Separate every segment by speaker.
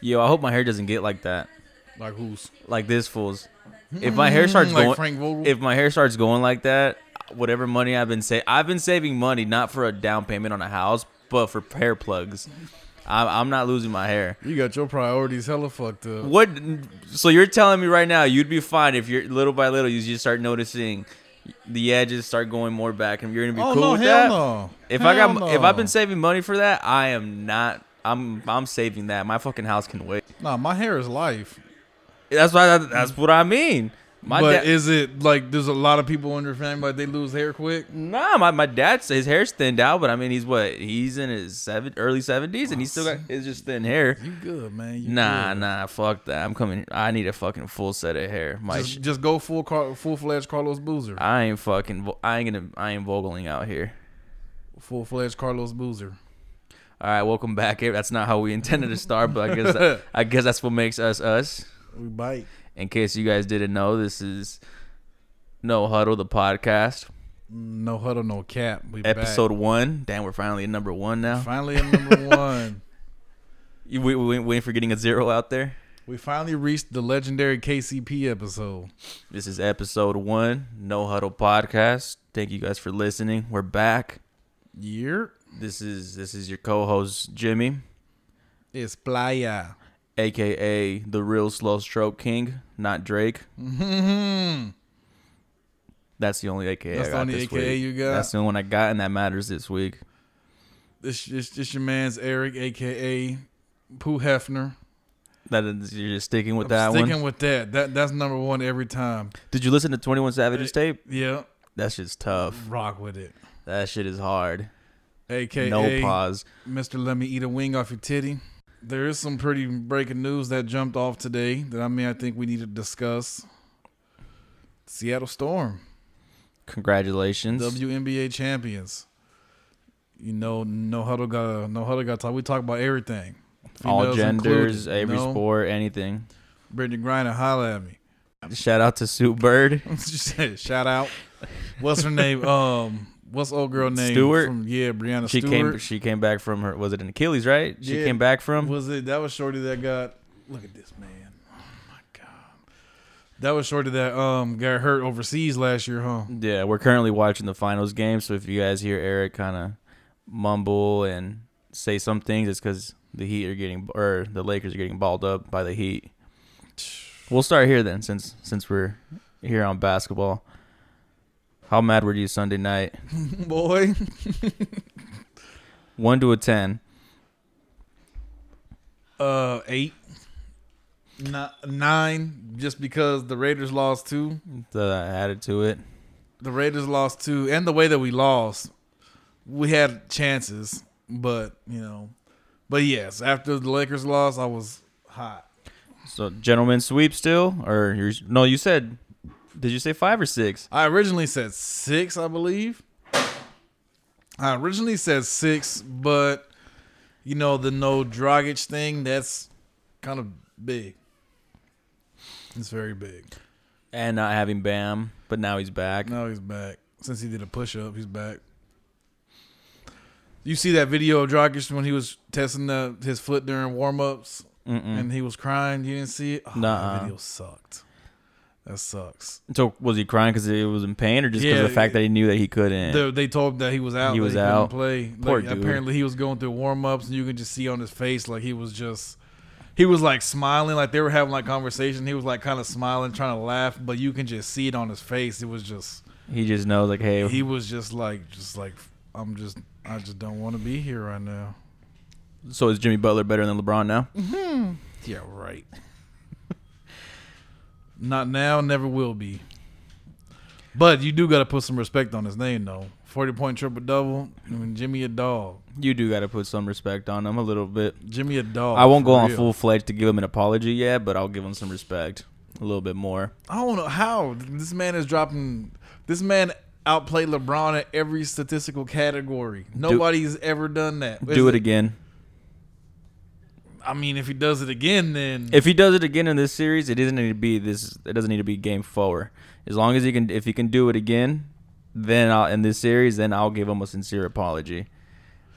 Speaker 1: Yo, I hope my hair doesn't get like that,
Speaker 2: Like who's?
Speaker 1: like this fool's. If my hair starts
Speaker 2: Mm, like
Speaker 1: going,
Speaker 2: Frank Vogel?
Speaker 1: if my hair starts going like that, whatever money I've been saving, I've been saving money not for a down payment on a house, but for hair plugs. I'm, I'm not losing my hair.
Speaker 2: You got your priorities hella fucked up.
Speaker 1: What? So you're telling me right now you'd be fine if you're little by little you just start noticing the edges start going more back, and you're gonna be
Speaker 2: Oh
Speaker 1: cool
Speaker 2: no,
Speaker 1: with
Speaker 2: hell
Speaker 1: that.
Speaker 2: no.
Speaker 1: If I
Speaker 2: Hell
Speaker 1: got,
Speaker 2: no.
Speaker 1: if I've been saving money for that, I am not. I'm, I'm saving that. My fucking house can wait.
Speaker 2: nah, my hair is life.
Speaker 1: That's why. That's what I mean. My
Speaker 2: but
Speaker 1: dad,
Speaker 2: is it like there's a lot of people in their family like they lose hair quick?
Speaker 1: nah, my, my dad's his hair's thinned out, but I mean he's what he's in his seven early seventies and he's still got it's just thin hair.
Speaker 2: You good, man? You
Speaker 1: Nah,
Speaker 2: good.
Speaker 1: nah, fuck that. I'm coming. I need a fucking full set of hair. My, sh-
Speaker 2: Just, just go full car, full fledged Carlos Boozer.
Speaker 1: I ain't fucking. vo- I ain't gonna. I ain't vogeling out here.
Speaker 2: Full fledged Carlos Boozer.
Speaker 1: All right, welcome back. Eh, That's not how we intended to start, but I guess I guess that's what makes us us.
Speaker 2: We bite.
Speaker 1: In case you guys didn't know, this is No Huddle, the podcast,
Speaker 2: No huddle, no cap. We back.
Speaker 1: episode one. Damn, we're finally at number one now.
Speaker 2: Finally, at number one.
Speaker 1: You, we, we, we ain't forgetting a zero out there.
Speaker 2: We finally reached the legendary KCP episode.
Speaker 1: This is episode one, No Huddle podcast. Thank you guys for listening. We're back.
Speaker 2: Year
Speaker 1: This is this is your co-host Jimmy,
Speaker 2: is playa.
Speaker 1: aka the real slow stroke king, not Drake.
Speaker 2: Mhm.
Speaker 1: That's the only AKA. I
Speaker 2: That's the
Speaker 1: got
Speaker 2: only
Speaker 1: this
Speaker 2: AKA
Speaker 1: week.
Speaker 2: you got?
Speaker 1: That's the only one I got, and that matters this week.
Speaker 2: This this this your man's Eric, aka Pooh Hefner.
Speaker 1: That is, you're just sticking with
Speaker 2: I'm
Speaker 1: that
Speaker 2: sticking
Speaker 1: one.
Speaker 2: with that. That that's number one every time.
Speaker 1: Did you listen to Twenty One Savage's tape?
Speaker 2: Yeah,
Speaker 1: That shit's tough.
Speaker 2: rock with it.
Speaker 1: That shit is hard.
Speaker 2: AKA
Speaker 1: no pause.
Speaker 2: Mr. Let Me Eat a Wing Off Your Titty. There is some pretty breaking news that jumped off today that I mean I think we need to discuss. Seattle Storm.
Speaker 1: Congratulations.
Speaker 2: WNBA champions. You know, no huddle got no huddle got talk. We talk about everything.
Speaker 1: All
Speaker 2: Females
Speaker 1: genders,
Speaker 2: included,
Speaker 1: every
Speaker 2: you know?
Speaker 1: sport, anything.
Speaker 2: Brittany Griner holla at me.
Speaker 1: Shout out to Sue Bird.
Speaker 2: Shout out. What's her name? Um, what's old girl name?
Speaker 1: Stewart?
Speaker 2: From, yeah, Brianna
Speaker 1: She
Speaker 2: Stewart.
Speaker 1: came. She came back from her. Was it an Achilles? Right. She
Speaker 2: Yeah.
Speaker 1: came back from.
Speaker 2: was it that was Shorty that got? Look at this man. Oh my god. That was Shorty that um got hurt overseas last year, huh?
Speaker 1: Yeah, we're currently watching the finals game. So if you guys hear Eric kind of mumble and say some things, it's because the Heat are getting or the Lakers are getting balled up by the Heat. We'll start here then, since since we're here on basketball. How mad were you Sunday night?
Speaker 2: Boy,
Speaker 1: One to a ten.
Speaker 2: uh, eight, Ni- nine, just because the Raiders lost two.
Speaker 1: The added to it.
Speaker 2: the Raiders lost too, and the way that we lost, we had chances, but you know, but yes, after the Lakers lost, I was hot.
Speaker 1: So gentlemen sweep still, or you're, no? You said, did you say five or six?
Speaker 2: I originally said six, I believe. I originally said six, but you know the no Dragic thing that's kind of big. It's very big.
Speaker 1: And not having Bam, but now he's back.
Speaker 2: Now he's back. Since he did a push up, he's back. You see that video of Dragic when he was testing the, his foot during warm ups
Speaker 1: Mm-mm.
Speaker 2: and he was crying. You didn't see it? Oh,
Speaker 1: Nuh-uh.
Speaker 2: The video sucked. That sucks.
Speaker 1: So was he crying because he was in pain, or just because of the
Speaker 2: Yeah,
Speaker 1: fact that he knew that he couldn't?
Speaker 2: They, they told him that he was out.
Speaker 1: He
Speaker 2: that
Speaker 1: was
Speaker 2: couldn't
Speaker 1: out.
Speaker 2: Play.
Speaker 1: Poor
Speaker 2: like,
Speaker 1: dude.
Speaker 2: Apparently, he was going through warm ups, and you can just see on his face like he was just. He was like smiling, like they were having like conversation. He was like kind of smiling, trying to laugh, but you can just see it on his face. It was just.
Speaker 1: he just knows, like, hey,
Speaker 2: he was just like just like i'm just i just don't want to be here right now
Speaker 1: so is Jimmy Butler better than LeBron now?
Speaker 2: yeah right not now never will be but you do got to put some respect on his name though 40 point triple double I mean, jimmy a dog
Speaker 1: You do got to put some respect on him a little bit.
Speaker 2: jimmy a dog
Speaker 1: I won't
Speaker 2: for
Speaker 1: go on
Speaker 2: real.
Speaker 1: full fledged to give him an apology yet, but I'll give him some respect, a little bit more.
Speaker 2: i don't know how this man is dropping this man outplayed lebron in every statistical category nobody's ever done that
Speaker 1: do it again.
Speaker 2: i mean if he does it again then
Speaker 1: If he does it again in this series, it doesn't need to be this. It doesn't need to be game four. As long as he can, if he can do it again, then I'll, in this series, then I'll give him a sincere apology.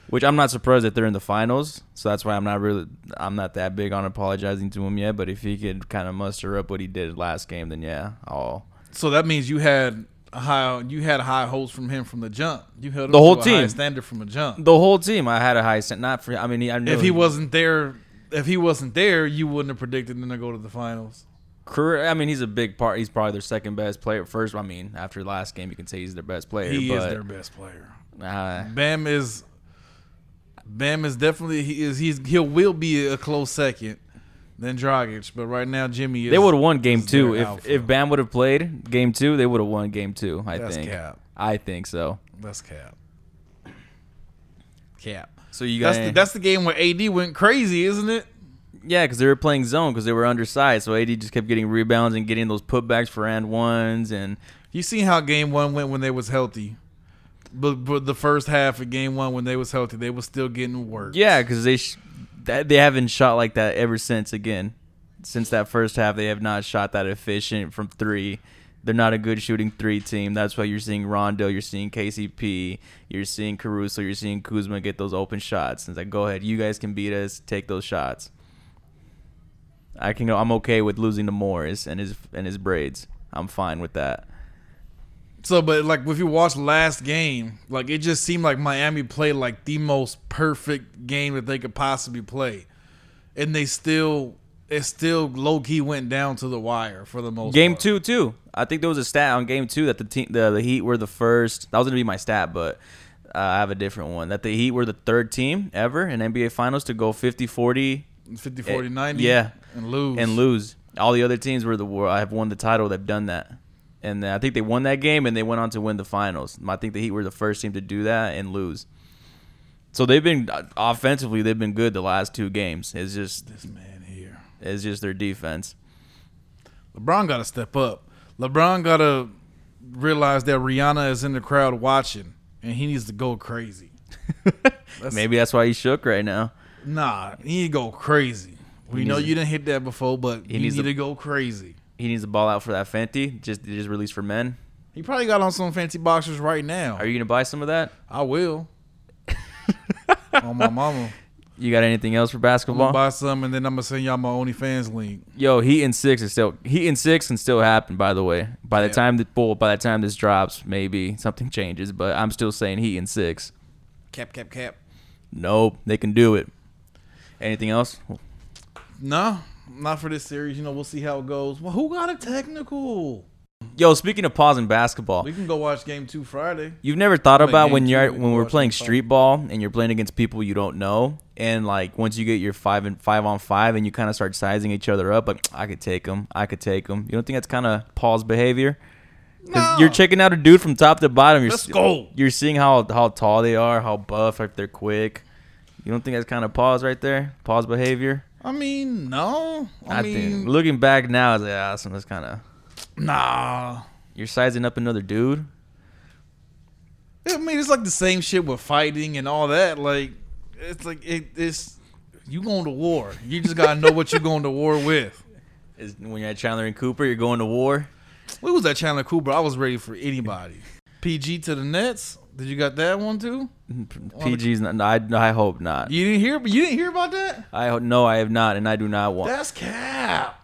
Speaker 1: which I'm not surprised that they're in the finals. So that's why I'm not really I'm not that big on apologizing to him yet. But if he could kind of muster up what he did last game, then yeah, I'll
Speaker 2: So that means you had high you had high hopes from him from the jump. You held him
Speaker 1: The whole
Speaker 2: to a high
Speaker 1: team.
Speaker 2: standard from the jump.
Speaker 1: the whole team. I had a high set. Not for I mean, he- I knew
Speaker 2: If he wasn't there, if he wasn't there, you wouldn't have predicted them to go to the finals.
Speaker 1: career. I mean, he's a big part. He's probably their second best player. First, I mean, after last game, you can say he's their best player.
Speaker 2: He is
Speaker 1: but,
Speaker 2: their best player.
Speaker 1: uh,
Speaker 2: Bam is Bam is definitely he is he's he will be a close second than Dragic, but right now Jimmy is
Speaker 1: they would have won game
Speaker 2: is
Speaker 1: two
Speaker 2: their
Speaker 1: if
Speaker 2: alpha.
Speaker 1: if Bam would have played game two. They would have won game two. I
Speaker 2: That's
Speaker 1: think.
Speaker 2: cap.
Speaker 1: I think so.
Speaker 2: That's cap. Cap.
Speaker 1: So you got
Speaker 2: That's the, that's the game where AD went crazy, isn't it?
Speaker 1: Yeah, because they were playing zone because they were undersized. So AD just kept getting rebounds and getting those putbacks for and ones. And
Speaker 2: You seen how game one went when they was healthy. But, but the first half of game one when they was healthy, they was still getting work.
Speaker 1: yeah, because they sh- that, they haven't shot like that ever since. Again, since that first half, they have not shot that efficient from three. They're not a good shooting three team. That's why you're seeing Rondo, you're seeing KCP, you're seeing Caruso, you're seeing Kuzma get those open shots. And it's like, go ahead, you guys can beat us. Take those shots. I can go. I'm okay with losing to Morris and his and his braids. I'm fine with that.
Speaker 2: So, but like if you watch last game, like it just seemed like Miami played like the most perfect game that they could possibly play, and they still it still low key went down to the wire for the most
Speaker 1: Game
Speaker 2: part.
Speaker 1: two too. I think there was a stat on game two that the team, the, the Heat were the first. That was gonna be my stat, but uh, I have a different one. That the Heat were the third team ever in NBA Finals to go 50-40
Speaker 2: 50 40 90
Speaker 1: Eh, Yeah.
Speaker 2: and lose
Speaker 1: and lose. All the other teams were the were, I have won the title. They've done that, and I think they won that game and they went on to win the finals. I think the Heat were the first team to do that and lose. So they've been uh, offensively, they've been good the last two games. It's just
Speaker 2: this man here
Speaker 1: it's just their defense.
Speaker 2: LeBron got to step up. LeBron got to realize that Rihanna is in the crowd watching, and he needs to go crazy.
Speaker 1: Maybe that's why he shook right now.
Speaker 2: Nah, he need to go crazy. We know
Speaker 1: needs to-
Speaker 2: you didn't hit that before, but you
Speaker 1: needs
Speaker 2: need
Speaker 1: to-
Speaker 2: to go crazy.
Speaker 1: He needs to ball out for that Fenty. Just they just released for men.
Speaker 2: He probably got on some fancy boxers right now.
Speaker 1: Are you gonna buy some of that?
Speaker 2: I will. on my mama.
Speaker 1: You got anything else for
Speaker 2: I'm gonna
Speaker 1: basketball?
Speaker 2: buy some and then I'm gonna send y'all my OnlyFans link.
Speaker 1: Yo, Heat and six is still Heat and six can still happen. By the way, by the
Speaker 2: Yeah.
Speaker 1: time that bull, by the time this drops, maybe something changes. But I'm still saying Heat and six.
Speaker 2: Cap, cap, cap.
Speaker 1: Nope, they can do it. Anything else?
Speaker 2: No, not for this series. You know, we'll see how it goes. Well, who got a technical?
Speaker 1: Yo, speaking of pausing basketball,
Speaker 2: We can go watch game two Friday.
Speaker 1: You've never thought
Speaker 2: Like
Speaker 1: about
Speaker 2: game
Speaker 1: when
Speaker 2: two,
Speaker 1: you're
Speaker 2: like
Speaker 1: when we're
Speaker 2: watching
Speaker 1: playing
Speaker 2: the fight.
Speaker 1: street ball and you're playing against people you don't know, and like once you get your five and five on five, and you kind of start sizing each other up, like I could take them, I could take them. You don't think that's kind of Paul's behavior? 'Cause you're
Speaker 2: No.
Speaker 1: checking out a dude from top to bottom. You're
Speaker 2: Let's
Speaker 1: se-
Speaker 2: go.
Speaker 1: You're seeing how how tall they are, how buff, if they're quick. You don't think that's kind of Paul's right there? Paul's behavior.
Speaker 2: I mean, no. I,
Speaker 1: think
Speaker 2: mean,
Speaker 1: looking back now, it's like, ah, that's- that's kind of
Speaker 2: nah.
Speaker 1: you're sizing up another dude.
Speaker 2: I mean, it's like the same shit with fighting and all that. Like, it's like it, it's you going to war. You just gotta know what you're going to war with.
Speaker 1: Is when you're at Chandler and Cooper, you're going to war.
Speaker 2: We was at Chandler Cooper. I was ready for anybody. PG to the Nets. Did you got that one too?
Speaker 1: PG's not. I, I hope not.
Speaker 2: You didn't hear? You didn't hear about that?
Speaker 1: I ho- no, I have not, and I do not want.
Speaker 2: That's cap.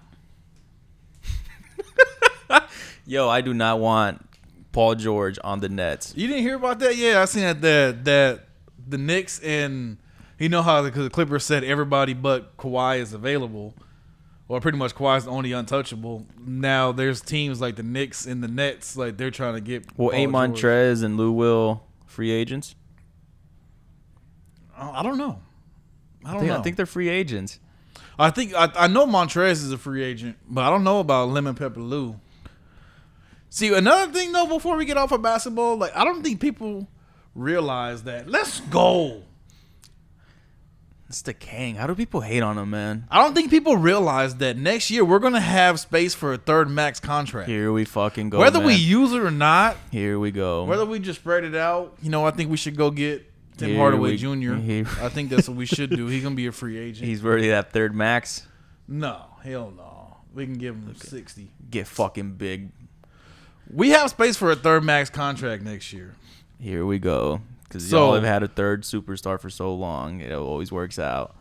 Speaker 1: Yo, I do not want Paul George on the Nets.
Speaker 2: You didn't hear about that? Yeah, I seen that that that the Knicks and you know how the, 'cause the Clippers said everybody but Kawhi is available, or pretty much Kawhi's the only untouchable. Now there's teams like the Knicks and the Nets like they're trying to get
Speaker 1: Well,
Speaker 2: Paul
Speaker 1: Amon
Speaker 2: George.
Speaker 1: Trez and Lou Will free agents.
Speaker 2: I I don't know. I
Speaker 1: I
Speaker 2: don't
Speaker 1: think,
Speaker 2: know.
Speaker 1: I think they're free agents.
Speaker 2: I think I, I know Montrez is a free agent, but I don't know about Lemon Pepper Lou. See, another thing though, before we get off of basketball, like I don't think people realize that. Let's go.
Speaker 1: It's the king. How do people hate on him, man?
Speaker 2: I don't think people realize that next year we're gonna have space for a third max contract.
Speaker 1: Here we fucking go.
Speaker 2: whether we
Speaker 1: Oh, man.
Speaker 2: use it or not,
Speaker 1: here we go.
Speaker 2: whether we just spread it out, you know, I think we should go get Tim
Speaker 1: Here
Speaker 2: Hardaway
Speaker 1: we-
Speaker 2: Jr.
Speaker 1: here-
Speaker 2: I think that's what we should do. He's gonna be a free agent.
Speaker 1: He's already that third max.
Speaker 2: no, hell no. We can give him sixty.
Speaker 1: Get fucking big.
Speaker 2: We have space for a third max contract next year.
Speaker 1: Here we go. because
Speaker 2: So-
Speaker 1: y'all have had a third superstar for so long. It always works out.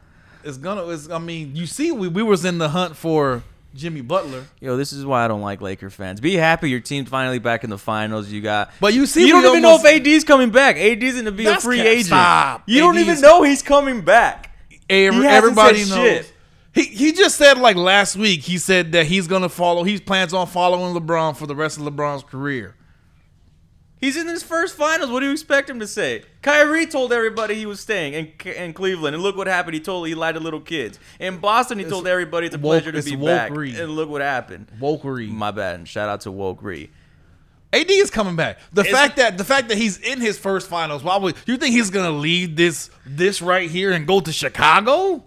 Speaker 2: It's gonna. It's, I mean, you see, we we was in the hunt for Jimmy Butler,
Speaker 1: Yo, this is why I don't like Laker fans. Be happy your team's finally back in the finals. You got.
Speaker 2: but you see,
Speaker 1: you don't
Speaker 2: we
Speaker 1: even
Speaker 2: almost-
Speaker 1: know if AD's coming back. AD's going to be a
Speaker 2: That's
Speaker 1: free
Speaker 2: cap-
Speaker 1: agent.
Speaker 2: stop.
Speaker 1: You don't
Speaker 2: AD's
Speaker 1: even know he's coming back.
Speaker 2: Every,
Speaker 1: He hasn't
Speaker 2: everybody
Speaker 1: said
Speaker 2: knows.
Speaker 1: shit.
Speaker 2: He he just said like last week. He said that he's gonna follow. He plans on following LeBron for the rest of LeBron's career.
Speaker 1: He's in his first finals. What do you expect him to say? Kyrie told everybody he was staying in, in Cleveland, and look what happened. He told he lied to little kids. In Boston, he told everybody it's a
Speaker 2: woke-
Speaker 1: pleasure to
Speaker 2: it's
Speaker 1: be
Speaker 2: woke
Speaker 1: back,
Speaker 2: greed.
Speaker 1: and look what happened.
Speaker 2: Wokery.
Speaker 1: My bad. And shout out to Woke Ree.
Speaker 2: AD is coming back. The
Speaker 1: It's-
Speaker 2: fact that the fact that he's in his first finals. Why would you think he's gonna leave this this right here and go to Chicago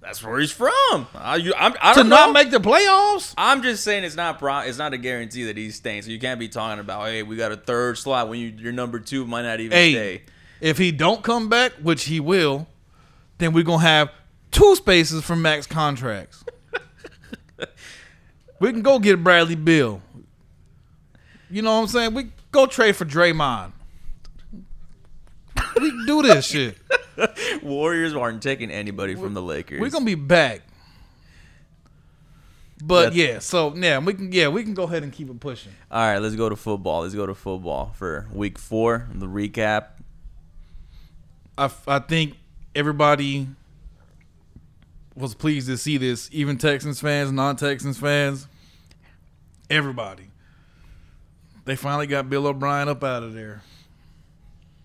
Speaker 1: That's where he's from. I, you, I'm, I
Speaker 2: to
Speaker 1: don't
Speaker 2: not
Speaker 1: know.
Speaker 2: make the playoffs?
Speaker 1: I'm just saying it's not pro- it's not a guarantee that he's staying. So you can't be talking about hey we got a third slot when you your number two might not even
Speaker 2: Hey,
Speaker 1: stay.
Speaker 2: if he don't come back, which he will, then we're gonna have two spaces for max contracts. we can go get Bradley Bill. You know what I'm saying? We go trade for Draymond. We can do this shit.
Speaker 1: Warriors aren't taking anybody from the Lakers.
Speaker 2: We're gonna be back. But
Speaker 1: That's-
Speaker 2: yeah, so yeah, we can yeah, we can go ahead and keep it pushing.
Speaker 1: All right, let's go to football. Let's go to football for week four. The recap.
Speaker 2: I, f- I think everybody was pleased to see this, even Texans fans, non Texans fans, everybody. They finally got Bill O'Brien up out of there.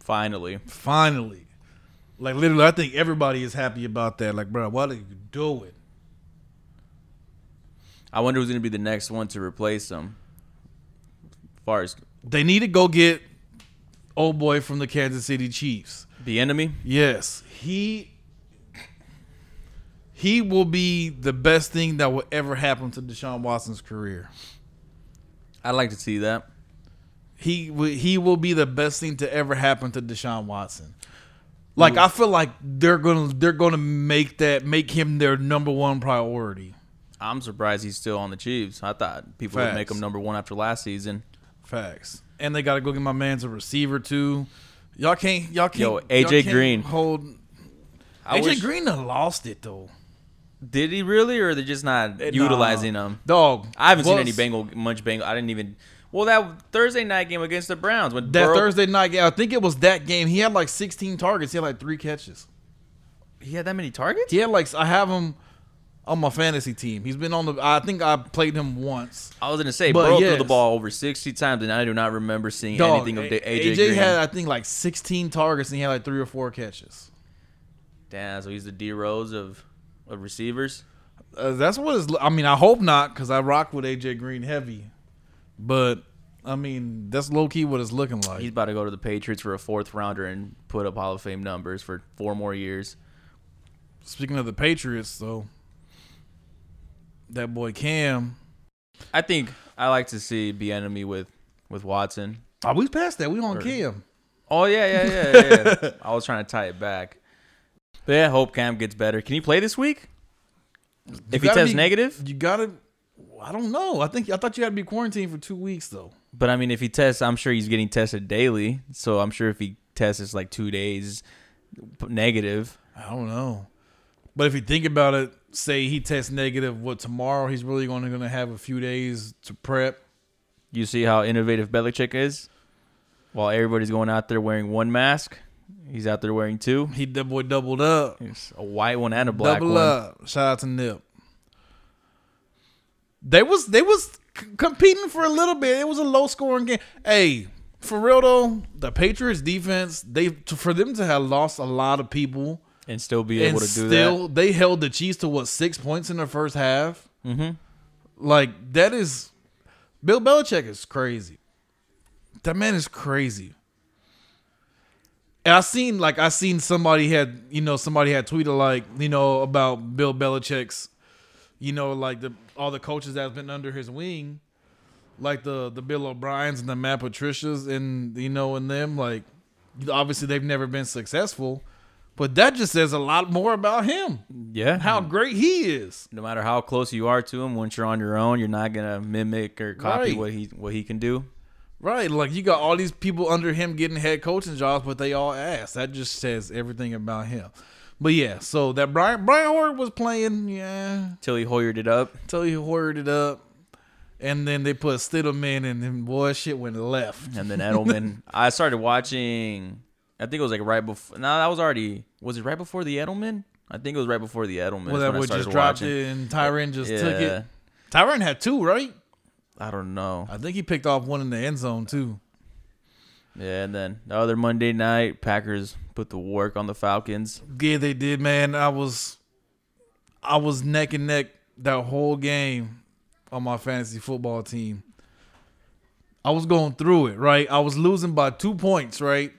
Speaker 1: Finally,
Speaker 2: Finally. Like, literally, I think everybody is happy about that. Like, bro, why did you do it?
Speaker 1: I wonder who's going to be the next one to replace him. Far as
Speaker 2: They need to go get old boy from the Kansas City Chiefs.
Speaker 1: the enemy,
Speaker 2: Yes, he he will be the best thing that will ever happen to Deshaun Watson's career.
Speaker 1: I'd like to see that.
Speaker 2: he w- he will be the best thing to ever happen to Deshaun Watson. Like I feel like they're gonna they're gonna make that make him their number one priority.
Speaker 1: I'm surprised he's still on the Chiefs. I thought people would make
Speaker 2: Facts.
Speaker 1: him number one after last season.
Speaker 2: Facts. And they gotta go get my man's a receiver too. Y'all can't y'all can't
Speaker 1: Yo,
Speaker 2: y'all
Speaker 1: AJ
Speaker 2: can't
Speaker 1: Green.
Speaker 2: hold
Speaker 1: I
Speaker 2: AJ
Speaker 1: wish-
Speaker 2: Green done lost it though.
Speaker 1: Did he really, or they're just not utilizing
Speaker 2: Nah.
Speaker 1: him?
Speaker 2: Dog.
Speaker 1: I haven't seen
Speaker 2: Bucks-
Speaker 1: any Bengal much Bengal. I didn't even. Well, that Thursday night game against the Browns when
Speaker 2: That
Speaker 1: Burrow-
Speaker 2: Thursday night game, I think it was that game. He had like 16 targets. He had like three catches.
Speaker 1: he had that many targets.
Speaker 2: He had like I have him on my fantasy team. He's been on the. I think I played him once.
Speaker 1: I was gonna say
Speaker 2: But
Speaker 1: Burrow threw
Speaker 2: yes.
Speaker 1: the ball over sixty times, and I do not remember seeing
Speaker 2: Dog,
Speaker 1: anything of
Speaker 2: A-
Speaker 1: da- AJ, Green.
Speaker 2: had I think like 16 targets and he had like three or four catches.
Speaker 1: Damn, so he's the D Rose of of receivers.
Speaker 2: Uh, that's what is. I mean, I hope not because I rock with AJ Green heavy, but I mean that's low key what it's looking like.
Speaker 1: He's about to go to the Patriots for a fourth rounder and put up Hall of Fame numbers for four more years.
Speaker 2: Speaking of the Patriots, though, that boy Cam.
Speaker 1: I think I like to see enemy with with Watson.
Speaker 2: Oh, we passed that. We on Cam.
Speaker 1: Oh yeah, yeah, yeah, yeah. I was trying to tie it back. But yeah, hope Cam gets better. Can he play this week? If he
Speaker 2: gotta
Speaker 1: tests
Speaker 2: be-
Speaker 1: negative,
Speaker 2: You gotta. I don't know. I think I thought you had to be quarantined for two weeks though.
Speaker 1: but I mean, if he tests, I'm sure he's getting tested daily. So I'm sure if he tests, it's like two days p- negative.
Speaker 2: I don't know. But if you think about it, say he tests negative, what tomorrow he's really only going to have a few days to prep.
Speaker 1: You see how innovative Belichick is? While everybody's going out there wearing one mask, he's out there wearing two.
Speaker 2: He that boy doubled up,
Speaker 1: It's a white one and a black
Speaker 2: double
Speaker 1: one.
Speaker 2: up. Shout out to Nip. They was they was c- competing for a little bit. It was a low scoring game. Hey, for real though, the Patriots defense they to, for them to have lost a lot of people
Speaker 1: And still be
Speaker 2: and
Speaker 1: able to do
Speaker 2: still they held the Chiefs to what six points in the first half.
Speaker 1: that. Mm-hmm.
Speaker 2: Like that is Bill Belichick is crazy. That man is crazy. And I seen like I seen somebody had you know somebody had tweeted like you know about Bill Belichick's you know like the all the coaches that's been under his wing, like the the Bill O'Briens and the Matt Patricias and you know and them like obviously they've never been successful, but that just says a lot more about him
Speaker 1: Yeah.
Speaker 2: how great he is.
Speaker 1: no matter how close you are to him, once you're on your own, you're not gonna mimic or copy
Speaker 2: Right.
Speaker 1: what he what he can do.
Speaker 2: Right, like you got all these people under him getting head coaching jobs, but they all ass. That just says everything about him. But yeah, so that Brian Brian Hoyer was playing, yeah,
Speaker 1: Till he hoyered it up.
Speaker 2: till he hoyered it up, and then they put Stidham in, and then boy, shit went left.
Speaker 1: And then Edelman. I started watching. I think it was like right before. No, that was already. Was it right before the Edelman? I think it was right before the Edelman.
Speaker 2: Well,
Speaker 1: is
Speaker 2: that
Speaker 1: when I
Speaker 2: would
Speaker 1: started
Speaker 2: just dropped
Speaker 1: watching.
Speaker 2: it, and Tyron just
Speaker 1: yeah,
Speaker 2: took it. Tyron had two, right?
Speaker 1: I don't know.
Speaker 2: I think he picked off one in the end zone too.
Speaker 1: Yeah, and then the other Monday night, Packers put the work on the Falcons.
Speaker 2: Yeah, they did, man. I was, I was neck and neck that whole game on my fantasy football team. I was going through it, right? I was losing by two points, right?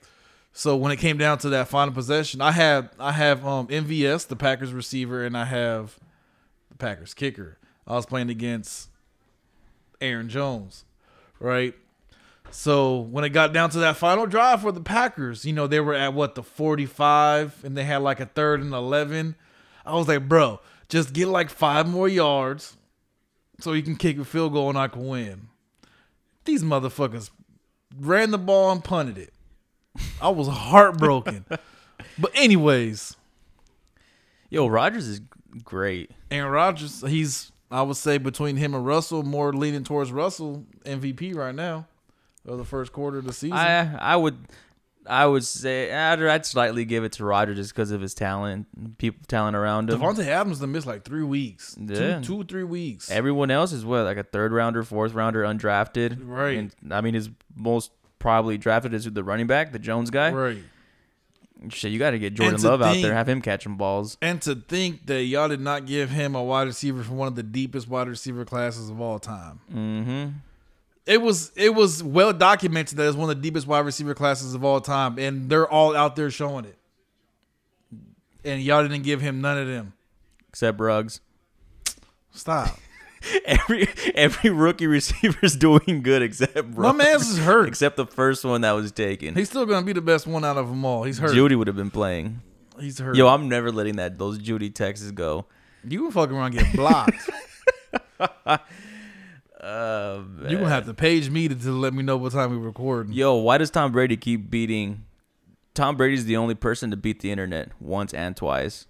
Speaker 2: So when it came down to that final possession, I had I have um MVS, the Packers receiver, and I have the Packers kicker. I was playing against Aaron Jones, right? So when it got down to that final drive for the Packers, you know, they were at what the 45 and they had like a third and 11. I was like, bro, just get like five more yards so you can kick a field goal and I can win. These motherfuckers ran the ball and punted it. I was heartbroken. but anyways,
Speaker 1: Yo, Rogers is great.
Speaker 2: Aaron Rodgers, he's I would say between him and Russell, more leaning towards Russell MVP right now of the first quarter of the season.
Speaker 1: I I would I would say I'd, I'd slightly give it to Rogers just because of his talent, people talent around him.
Speaker 2: Devontae Adams done missed like three weeks.
Speaker 1: Yeah.
Speaker 2: Two, two, three weeks.
Speaker 1: Everyone else is what like a third rounder, fourth rounder, undrafted.
Speaker 2: Right.
Speaker 1: And I mean, his most probably drafted is the running back, the Jones guy.
Speaker 2: right.
Speaker 1: Shit, you got to get Jordan
Speaker 2: to
Speaker 1: Love out
Speaker 2: think-
Speaker 1: there, have him catching balls.
Speaker 2: And to think that y'all did not give him a wide receiver from one of the deepest wide receiver classes of all time.
Speaker 1: Mm-hmm.
Speaker 2: It was it was well documented that it's one of the deepest wide receiver classes of all time, and they're all out there showing it. And y'all didn't give him none of them.
Speaker 1: Except Ruggs.
Speaker 2: Stop.
Speaker 1: Every every rookie receiver's doing good except Ruggs.
Speaker 2: My man's is hurt.
Speaker 1: Except the first one that was taken.
Speaker 2: He's still gonna be the best one out of them all. He's hurt.
Speaker 1: Judy would have been playing.
Speaker 2: He's hurt.
Speaker 1: Yo, I'm never letting that those Judy Texas go.
Speaker 2: you gonna fuck around and get blocked.
Speaker 1: Uh,
Speaker 2: you gonna have to page me to, to let me know what time we recording.
Speaker 1: Yo, why does Tom Brady keep beating? Tom Brady's the only person to beat the internet once and twice.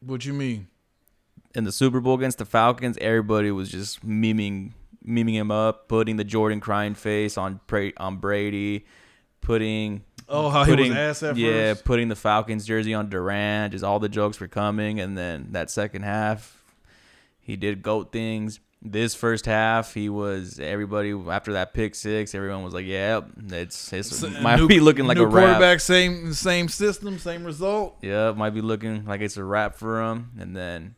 Speaker 2: What you mean?
Speaker 1: In the Super Bowl against the Falcons, everybody was just memeing, memeing him up, putting the Jordan crying face on Bra- on Brady, putting
Speaker 2: Oh, how
Speaker 1: putting
Speaker 2: he was ass at
Speaker 1: yeah,
Speaker 2: first.
Speaker 1: putting the Falcons jersey on Durant. Just all the jokes were coming, and then that second half, he did goat things. This first half, he was everybody after that pick six. Everyone was like, "Yep, it's, it's
Speaker 2: So,
Speaker 1: might
Speaker 2: new-
Speaker 1: be looking like
Speaker 2: new
Speaker 1: a wrap."
Speaker 2: quarterback. Same same system, same result.
Speaker 1: Yeah, might be looking like it's a wrap for him. And then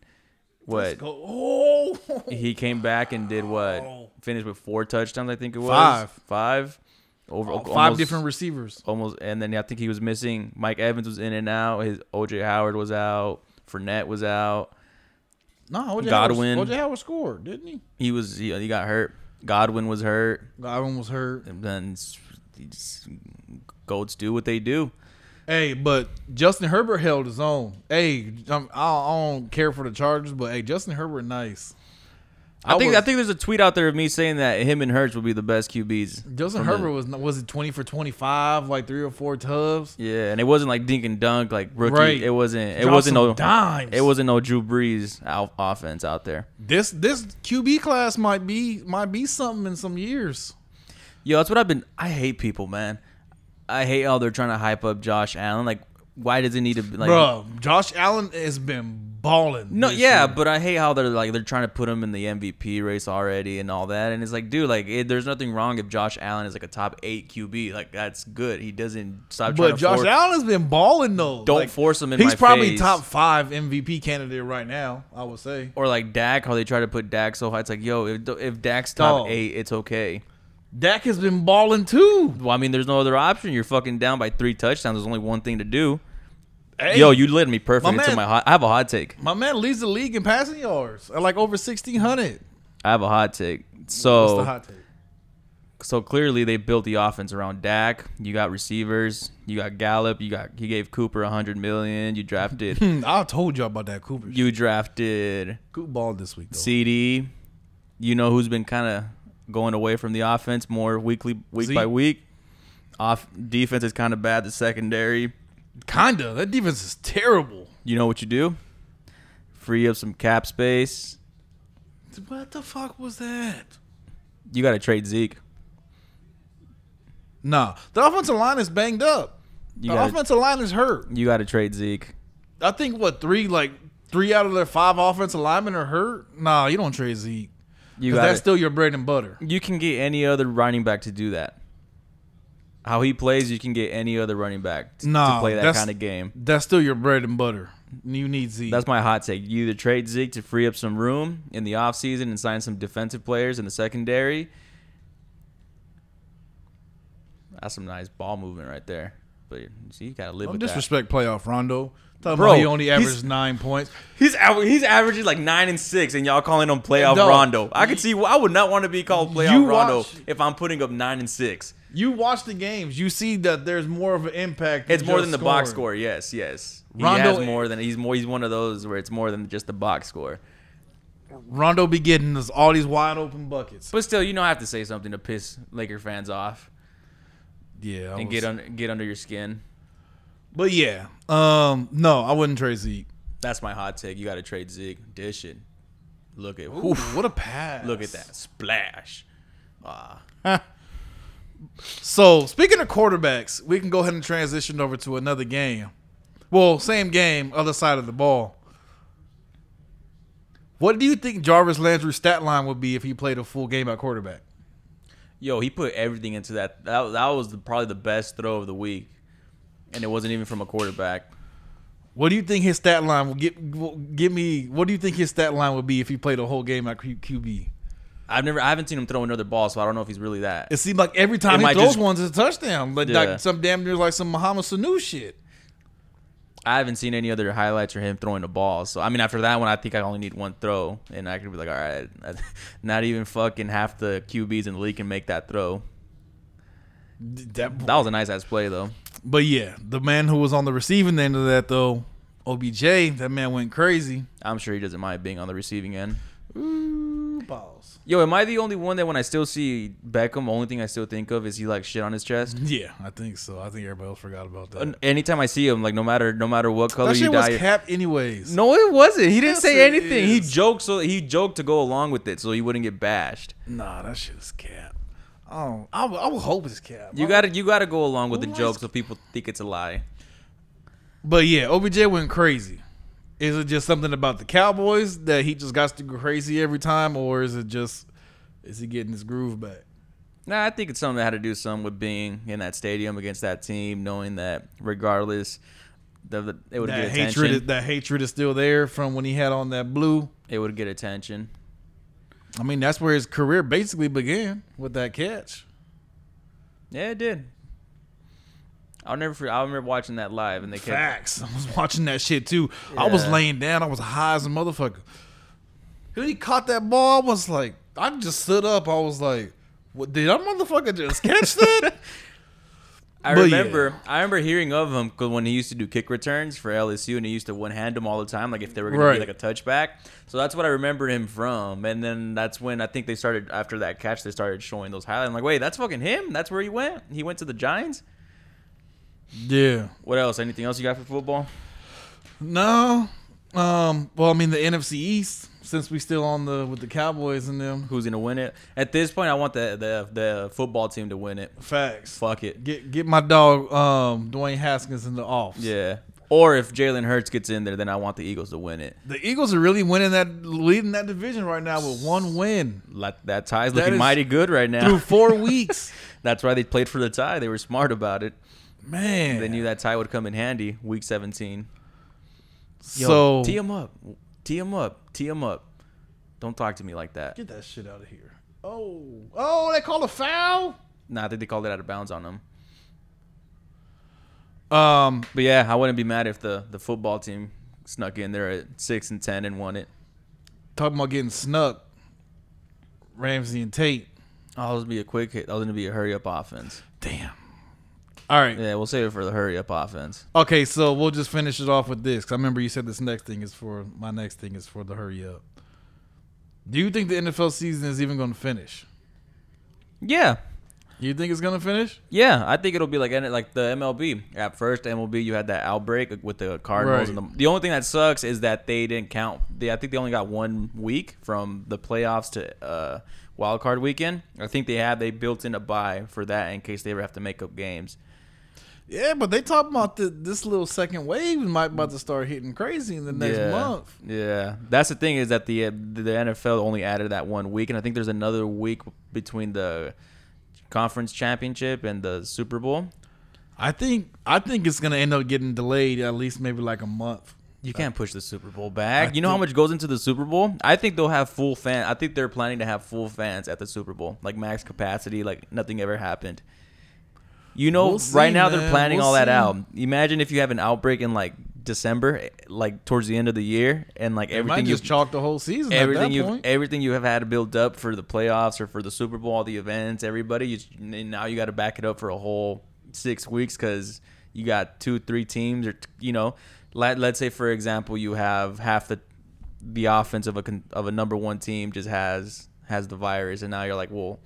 Speaker 1: what?
Speaker 2: Let's go. Oh,
Speaker 1: He came back and did what?
Speaker 2: Wow.
Speaker 1: Finished with four touchdowns, I think it was.
Speaker 2: Five.
Speaker 1: Five. Over
Speaker 2: five
Speaker 1: almost-
Speaker 2: different receivers.
Speaker 1: almost and then I think he was missing Mike Evans was in and out, his OJ Howard was out, Fournette was out.
Speaker 2: No, OJ
Speaker 1: Godwin.
Speaker 2: Howard, OJ Howard scored, didn't he?
Speaker 1: He was he, he got hurt. Godwin was hurt.
Speaker 2: Godwin was hurt.
Speaker 1: And then s- he just- goats do what they do.
Speaker 2: Hey, but Justin Herbert held his own. Hey, I'm, I don't care for the Chargers, but hey, Justin Herbert, nice.
Speaker 1: I, think
Speaker 2: was-
Speaker 1: I think there's a tweet out there of me saying that him and Hurts will be the best QBs.
Speaker 2: Justin
Speaker 1: from the-
Speaker 2: Herbert was was it twenty for twenty five, like three or four tubs.
Speaker 1: Yeah, and it wasn't like dink and dunk like rookie.
Speaker 2: Right.
Speaker 1: It wasn't. It
Speaker 2: Dropped
Speaker 1: wasn't
Speaker 2: some
Speaker 1: no.
Speaker 2: dimes.
Speaker 1: It wasn't no Drew Brees out, offense out there.
Speaker 2: this this QB class might be might be something in some years.
Speaker 1: Yo, that's what I've been. I hate people, man. I hate how they're trying to hype up Josh Allen. Like, why does it need to be like?
Speaker 2: Bruh, Josh Allen has been balling.
Speaker 1: No, yeah, but I hate how they're like they're trying to put him in the MVP race already and all that. And it's like, dude, like it, there's nothing wrong if Josh Allen is like a top eight QB. Like that's good. He doesn't stop. trying
Speaker 2: But
Speaker 1: to
Speaker 2: Josh
Speaker 1: force-
Speaker 2: Allen's been balling though.
Speaker 1: Don't force him in
Speaker 2: He's
Speaker 1: my
Speaker 2: probably
Speaker 1: face.
Speaker 2: top five MVP candidate right now. I would say.
Speaker 1: or like Dak, how they try to put Dak so high. It's like, yo, if if Dak's top
Speaker 2: Dog.
Speaker 1: eight, it's okay.
Speaker 2: Dak has been balling too.
Speaker 1: Well, I mean, there's no other option. You're fucking down by three touchdowns. There's only one thing to do.
Speaker 2: Hey,
Speaker 1: Yo, you led me perfect
Speaker 2: my
Speaker 1: into
Speaker 2: man-
Speaker 1: my hot. I have a hot take.
Speaker 2: my man leads the league in passing yards at like over sixteen hundred.
Speaker 1: I have a hot take.
Speaker 2: What's the
Speaker 1: So,
Speaker 2: hot take?
Speaker 1: so clearly they built the offense around Dak. You got receivers. You got Gallup. You got he gave Cooper a hundred million. You drafted.
Speaker 2: Hmm, I told y'all about that Cooper.
Speaker 1: you drafted
Speaker 2: Coop balled this week though.
Speaker 1: CD. You know who's been kind of going away from the offense more weekly week
Speaker 2: Zeke?
Speaker 1: by week. Off defense is kind of bad. The secondary.
Speaker 2: Kinda. That defense is terrible.
Speaker 1: You know what you do? Free up some cap space.
Speaker 2: What the fuck was that?
Speaker 1: You got to trade Zeke.
Speaker 2: Nah, the offensive line is banged up.
Speaker 1: You
Speaker 2: the
Speaker 1: got to
Speaker 2: offensive line is hurt.
Speaker 1: you got to trade Zeke.
Speaker 2: I think what three like three out of their five offensive linemen are hurt. Nah, you don't trade Zeke.
Speaker 1: You
Speaker 2: 'Cause
Speaker 1: got
Speaker 2: that's still your bread and butter.
Speaker 1: You can get any other running back to do that. How he plays, you can get any other running back to,
Speaker 2: Nah,
Speaker 1: to play that
Speaker 2: that's-
Speaker 1: kind of game.
Speaker 2: That's still your bread and butter. You need Zeke.
Speaker 1: That's my hot take. You either trade Zeke to free up some room in the offseason and sign some defensive players in the secondary. That's some nice ball movement right there. But you see, you gotta live
Speaker 2: don't
Speaker 1: with
Speaker 2: disrespect playoff Rondo. Talking
Speaker 1: Bro,
Speaker 2: about he only
Speaker 1: he's-
Speaker 2: averaged nine points.
Speaker 1: that. He's aver- he's averaging like nine and six, and y'all calling him playoff
Speaker 2: No,
Speaker 1: Rondo. I
Speaker 2: you-
Speaker 1: could see. I would not want to be called playoff
Speaker 2: You
Speaker 1: Rondo
Speaker 2: watch-
Speaker 1: if I'm putting up nine and six.
Speaker 2: You watch the games. You see that there's more of an impact.
Speaker 1: It's more than
Speaker 2: just
Speaker 1: the box
Speaker 2: scoring.
Speaker 1: score. Yes, yes.
Speaker 2: Rondo-
Speaker 1: he has more than he's more. He's one of those where it's more than just the box score.
Speaker 2: Rondo be getting us all these wide open buckets.
Speaker 1: But still, you know, I have to say something to piss Laker fans off
Speaker 2: Yeah, I
Speaker 1: and
Speaker 2: was-
Speaker 1: get under get under your skin.
Speaker 2: But yeah, um, no, I wouldn't trade Zeke.
Speaker 1: That's my hot take. You got to trade Zig. Dish it. Look at
Speaker 2: Ooh, what a pass!
Speaker 1: look at that splash. Ah,
Speaker 2: So speaking of quarterbacks, we can go ahead and transition over to another game. Well, same game, other side of the ball. What do you think Jarvis Landry's stat line would be if he played a full game at quarterback?
Speaker 1: yo, he put everything into that. That that was the, probably the best throw of the week, and it wasn't even from a quarterback.
Speaker 2: What do you think his stat line will get? will- Give me. What do you think his stat line would be if he played a whole game at Q- QB?
Speaker 1: I've never, I haven't seen him throw another ball, so I don't know if he's really that.
Speaker 2: It seemed like every
Speaker 1: It
Speaker 2: time he
Speaker 1: might
Speaker 2: throws
Speaker 1: just-
Speaker 2: one's a touchdown, like,
Speaker 1: Yeah.
Speaker 2: like some damn near like some Muhammad Sanu shit.
Speaker 1: I haven't seen any other highlights or him throwing the ball. So I mean, after that one, I think I only need one throw, and I could be like, all right, not even fucking half the QBs in the league can make that throw.
Speaker 2: That
Speaker 1: That was a nice ass play though.
Speaker 2: But yeah, the man who was on the receiving end of that though, OBJ, that man went crazy.
Speaker 1: I'm sure he doesn't mind being on the receiving end.
Speaker 2: Ooh, balls.
Speaker 1: Yo, am I the only one that when I still see Beckham, only thing I still think of is he like shit on his chest?
Speaker 2: Yeah, I think so. I think everybody else forgot about that.
Speaker 1: An- Anytime I see him, like no matter no matter what color
Speaker 2: that
Speaker 1: you
Speaker 2: shit was
Speaker 1: dye.
Speaker 2: capped anyways.
Speaker 1: no, it wasn't. He didn't
Speaker 2: Yes,
Speaker 1: say
Speaker 2: it
Speaker 1: anything. He
Speaker 2: is.
Speaker 1: joked so he joked to go along with it so he wouldn't get bashed.
Speaker 2: Nah, that shit was capped. I don't. I, would- I would hope it's capped.
Speaker 1: You gotta you gotta go along with the
Speaker 2: Who likes-
Speaker 1: joke so people think it's a lie.
Speaker 2: But yeah, OBJ went crazy. Is it just something about the Cowboys that he just got to go crazy every time, or is it just is he getting his groove back?
Speaker 1: Nah, I think it's something that had to do some with being in that stadium against that team, knowing that regardless, the, the, it would
Speaker 2: That
Speaker 1: get attention.
Speaker 2: hatred, is, that hatred is still there from when he had on that blue.
Speaker 1: it would get attention.
Speaker 2: I mean, that's where his career basically began with that catch.
Speaker 1: Yeah, it did. I'll never. forget- I remember watching that live, and they kept.
Speaker 2: Facts. I was watching that shit too. I was
Speaker 1: Yeah.
Speaker 2: laying down. I was high as a motherfucker. When he caught that ball, I was like, I just stood up. I was like, what, did that motherfucker just catch that?
Speaker 1: I
Speaker 2: But
Speaker 1: remember. I remember hearing of him 'cause when he used to do kick returns for LSU, and he used to one hand them all the time, like if they were going
Speaker 2: Right.
Speaker 1: to be like a touchback. So that's what I remember him from. And then that's when I think they started after that catch. They started showing those highlights. I'm like, wait, that's fucking him. That's where he went. He went to the Giants.
Speaker 2: yeah.
Speaker 1: What else? Anything else you got for football?
Speaker 2: No. Um. Well, I mean, the NFC East. Since we still on the with the Cowboys and them.
Speaker 1: Who's gonna win it? At this point, I want the the, the football team to win it.
Speaker 2: Facts.
Speaker 1: Fuck it.
Speaker 2: Get get my dog, um, Dwayne Haskins in the off.
Speaker 1: Yeah. Or if Jalen Hurts gets in there, then I want the Eagles to win it.
Speaker 2: The Eagles are really winning that, leading that division right now with one win
Speaker 1: Like, that tie's
Speaker 2: That
Speaker 1: looking
Speaker 2: is-
Speaker 1: mighty good right now.
Speaker 2: through four weeks.
Speaker 1: That's why they played for the tie. They were smart about it.
Speaker 2: Man,
Speaker 1: They knew that tie would come in handy week 17.
Speaker 2: so
Speaker 1: tee them up. Tee them up. Tee them up. Don't talk to me like that.
Speaker 2: get that shit out of here. Oh, oh, they called a foul.
Speaker 1: Nah, I think they called it out of bounds on them.
Speaker 2: Um,
Speaker 1: But yeah, I wouldn't be mad if the, the football team snuck in there at 6 and 10 and won it.
Speaker 2: talking about getting snuck. Ramsey and Tate.
Speaker 1: Oh, that was gonna be a quick hit. That was going to be a hurry up offense.
Speaker 2: Damn. All right.
Speaker 1: Yeah, we'll save it for the hurry up offense.
Speaker 2: Okay, so we'll just finish it off with this. 'cause I remember you said this next thing is for my next thing is for the hurry up. Do you think the NFL season is even going to finish?
Speaker 1: Yeah,
Speaker 2: You think it's gonna finish?
Speaker 1: yeah. I think it'll be like like the MLB. At first, MLB you had that outbreak with the Cardinals,
Speaker 2: Right.
Speaker 1: and the, the only thing that sucks is that they didn't count. They, I think they only got one week from the playoffs to uh, wild card weekend. I think they had they built in a bye for that in case they ever have to make up games.
Speaker 2: Yeah, but they talk about the, this little second wave might about to start hitting crazy in the next
Speaker 1: yeah.
Speaker 2: month.
Speaker 1: Yeah, that's the thing is that the uh, the NFL only added that one week, and I think there's another week between the conference championship and the Super Bowl.
Speaker 2: I think I think it's gonna end up getting delayed at least maybe like a month.
Speaker 1: You can't push the Super Bowl back.
Speaker 2: I
Speaker 1: you know how
Speaker 2: think-
Speaker 1: much goes into the Super Bowl? I think they'll have full fan. I think they're planning to have full fans at the Super Bowl, like max capacity, like nothing ever happened. You know,
Speaker 2: We'll see,
Speaker 1: right now they're
Speaker 2: man.
Speaker 1: planning
Speaker 2: We'll
Speaker 1: all that
Speaker 2: see.
Speaker 1: out. Imagine if you have an outbreak in like December, eh, like towards the end of the year, and like
Speaker 2: They might
Speaker 1: everything you
Speaker 2: just chalk the whole season
Speaker 1: everything
Speaker 2: at that
Speaker 1: you
Speaker 2: point.
Speaker 1: everything you have had to build up for the playoffs or for the Super Bowl, all the events, everybody. You, and now you got to back it up for a whole six weeks because you got two, three teams, or t- you know, let, let's say for example, you have half the the offense of a con- of a number one team just has has the virus, and now you're like, well,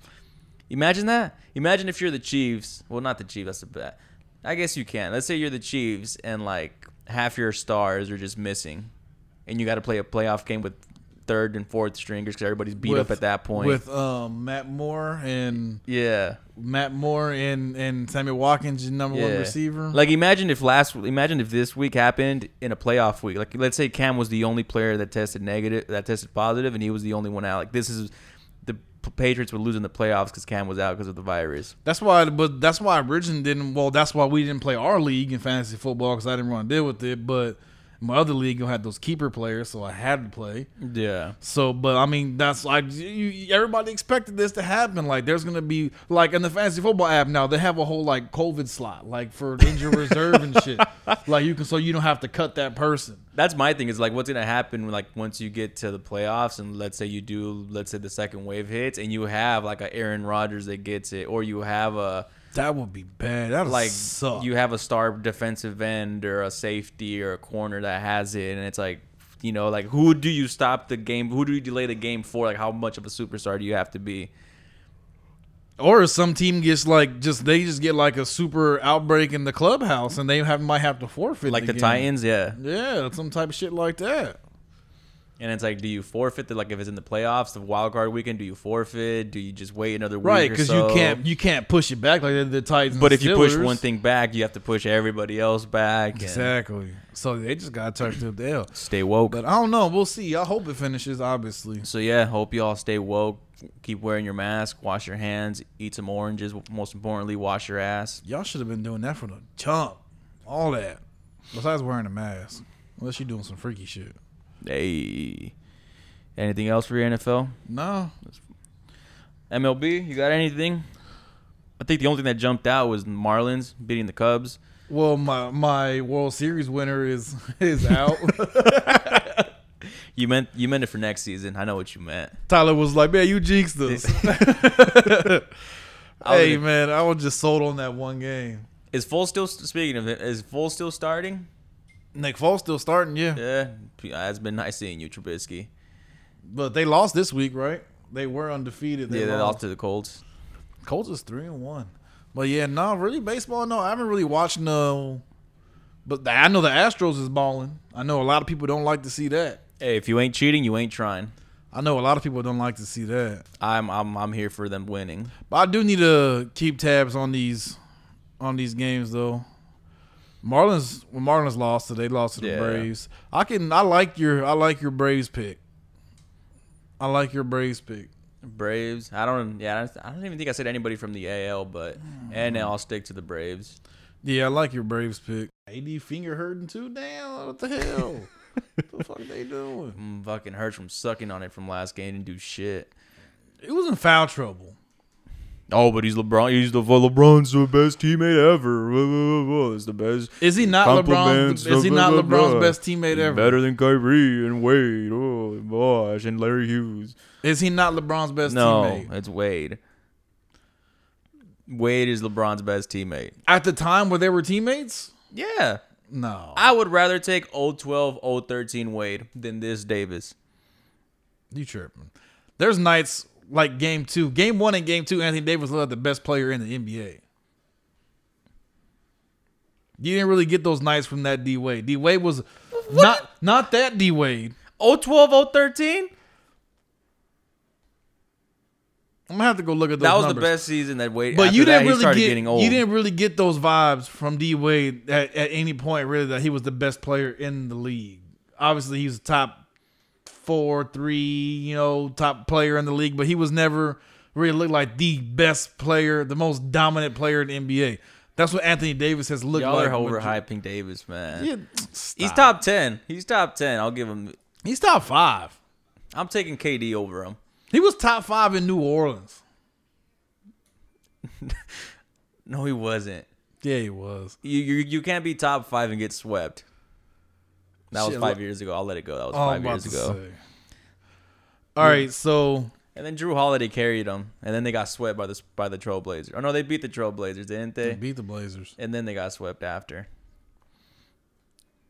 Speaker 1: imagine that. Imagine if you're the Chiefs. Well, not the Chiefs. That's the bet. I guess you can. Let's say you're the Chiefs, and like half your stars are just missing, and you got to play a playoff game with third and fourth stringers because everybody's beat up
Speaker 2: With-
Speaker 1: at that point.
Speaker 2: with um, Matt Moore and
Speaker 1: yeah,
Speaker 2: Matt Moore and and Sammy Watkins, your number one
Speaker 1: yeah.
Speaker 2: receiver.
Speaker 1: Like imagine if last, imagine if this week happened in a playoff week. Like let's say Cam was the only player that tested negative, that tested positive, and he was the only one out. Like this is the P- Patriots would lose in the playoffs because Cam was out because of the virus.
Speaker 2: that's why, but that's why Bridgen didn't. Well, that's why we didn't play our league in fantasy football because I didn't want to deal with it. But my other league gonna have those keeper players, so I had to play.
Speaker 1: Yeah.
Speaker 2: So, but I mean, that's like you, you- everybody expected this to happen. Like, there's gonna be like in the fantasy football app now they have a whole like COVID slot, like for injured reserve and shit. Like you can, so you don't have to cut that person.
Speaker 1: That's my thing. Is like what's gonna happen like once you get to the playoffs, and let's say you do, let's say the second wave hits, and you have like a Aaron Rodgers that gets it, or you have a
Speaker 2: That would be bad. That
Speaker 1: like
Speaker 2: like suck.
Speaker 1: you have a star defensive end or a safety or a corner that has it, and it's like you know like who do you stop the game? Who do you delay the game for? Like how much of a superstar do you have to be?
Speaker 2: or if some team gets like just they just get like a super outbreak in the clubhouse and they have might have to forfeit
Speaker 1: Like the
Speaker 2: game.
Speaker 1: Titans, yeah.
Speaker 2: Yeah, some type of shit like that.
Speaker 1: And it's like, do you forfeit? The, like if it's in the playoffs, the wild card weekend, do you forfeit? Do you just wait another week?
Speaker 2: Right,
Speaker 1: because
Speaker 2: because you can't you can't push it back like the, the Titans. and
Speaker 1: But if you push
Speaker 2: Steelers.
Speaker 1: one thing back, you have to push everybody else back. and
Speaker 2: exactly. So they just got turned up the L.
Speaker 1: Stay woke.
Speaker 2: But I don't know. We'll see. I hope it finishes. Obviously,
Speaker 1: so yeah, hope y'all stay woke. Keep wearing your mask. Wash your hands. Eat some oranges. Most importantly, wash your ass.
Speaker 2: y'all should have been doing that for the jump. All that. Besides wearing a mask, unless you're doing some freaky shit.
Speaker 1: Hey. Anything else for your NFL?
Speaker 2: No,
Speaker 1: MLB? You got anything? I think the only thing that jumped out was Marlins beating the Cubs.
Speaker 2: Well, my my World Series winner is is out.
Speaker 1: You meant you meant it for next season. I know what you meant.
Speaker 2: Tyler was like, "Man, you jinxed us."
Speaker 1: I was
Speaker 2: hey,
Speaker 1: gonna-
Speaker 2: man, I was just sold on that one game.
Speaker 1: Is Full still speaking of it? Is Full still starting?
Speaker 2: Nick Foles still starting, yeah.
Speaker 1: Yeah, it's been nice seeing you, Trubisky.
Speaker 2: but they lost this week, right? They were undefeated. They
Speaker 1: yeah, they
Speaker 2: lost.
Speaker 1: lost to the Colts.
Speaker 2: Colts is three and one. But yeah, no, really baseball. No, I haven't really watched no. But the, I know the Astros is balling. I know a lot of people don't like to see that.
Speaker 1: Hey, if you ain't cheating, you ain't trying.
Speaker 2: I know a lot of people don't like to see that.
Speaker 1: I'm I'm I'm here for them winning.
Speaker 2: But I do need to keep tabs on these on these games though. Marlins when Marlins lost, so they lost to the
Speaker 1: Yeah.
Speaker 2: Braves. I can I like your I like your Braves pick. I like your Braves pick.
Speaker 1: Braves. I don't. Yeah, I don't- I don't even think I said anybody from the AL, but and I'll stick to the Braves.
Speaker 2: Yeah, I like your Braves pick. AD finger hurting too. Damn, what the hell? what the fuck they doing?
Speaker 1: Mm, fucking hurts from sucking on it from last game and do shit.
Speaker 2: It was in foul trouble.
Speaker 1: Oh, but he's LeBron. He's the LeBron's the best teammate ever. Blah, blah, blah, blah. It's the best.
Speaker 2: Is he not LeBron's?
Speaker 1: Compliments,
Speaker 2: Is he not
Speaker 1: blah, blah, blah.
Speaker 2: LeBron's best teammate ever?
Speaker 1: than Kyrie and Wade. Oh gosh, and Larry Hughes.
Speaker 2: Is he not LeBron's best
Speaker 1: no,
Speaker 2: teammate?
Speaker 1: it's Wade. Wade is LeBron's best teammate.
Speaker 2: At the time where they were teammates?
Speaker 1: Yeah,
Speaker 2: No.
Speaker 1: I would rather take 012, 013 Wade than this Davis.
Speaker 2: You tripping? There's nights like game two, game one and game two, Anthony Davis looked like the best player in the NBA. You didn't really get those nights from that D Wade. D Wade was not not that D Wade.
Speaker 1: 012, 013?
Speaker 2: I'm gonna have to go look at those.
Speaker 1: That was
Speaker 2: numbers.
Speaker 1: the best season that Wade.
Speaker 2: But
Speaker 1: after
Speaker 2: you
Speaker 1: that,
Speaker 2: didn't
Speaker 1: he
Speaker 2: really
Speaker 1: started
Speaker 2: get
Speaker 1: getting old.
Speaker 2: you didn't really get those vibes from D Wade at, at any point really that he was the best player in the league. Obviously he was top four, three, you know, top player in the league, but he was never really looked like the best player, the most dominant player in the NBA. That's what Anthony Davis has looked
Speaker 1: Y'all
Speaker 2: like.
Speaker 1: are overhyping Davis, man.
Speaker 2: Yeah,
Speaker 1: He's
Speaker 2: stop.
Speaker 1: top ten. He's top ten. I'll give him.
Speaker 2: He's top five.
Speaker 1: I'm taking KD over him.
Speaker 2: He was top five in New Orleans.
Speaker 1: No, he wasn't.
Speaker 2: Yeah, he was.
Speaker 1: You you, you can't be top five and get swept. That was
Speaker 2: Shit,
Speaker 1: five
Speaker 2: look-
Speaker 1: years ago. I'll let it go. That was
Speaker 2: Oh, I'm
Speaker 1: five
Speaker 2: about
Speaker 1: years
Speaker 2: to
Speaker 1: ago.
Speaker 2: say. All right, so
Speaker 1: And then Drew Holiday carried them, and then they got swept by the by the Trailblazers. Oh no, they beat the Trailblazers, didn't they?
Speaker 2: beat the Blazers.
Speaker 1: And then they got swept after.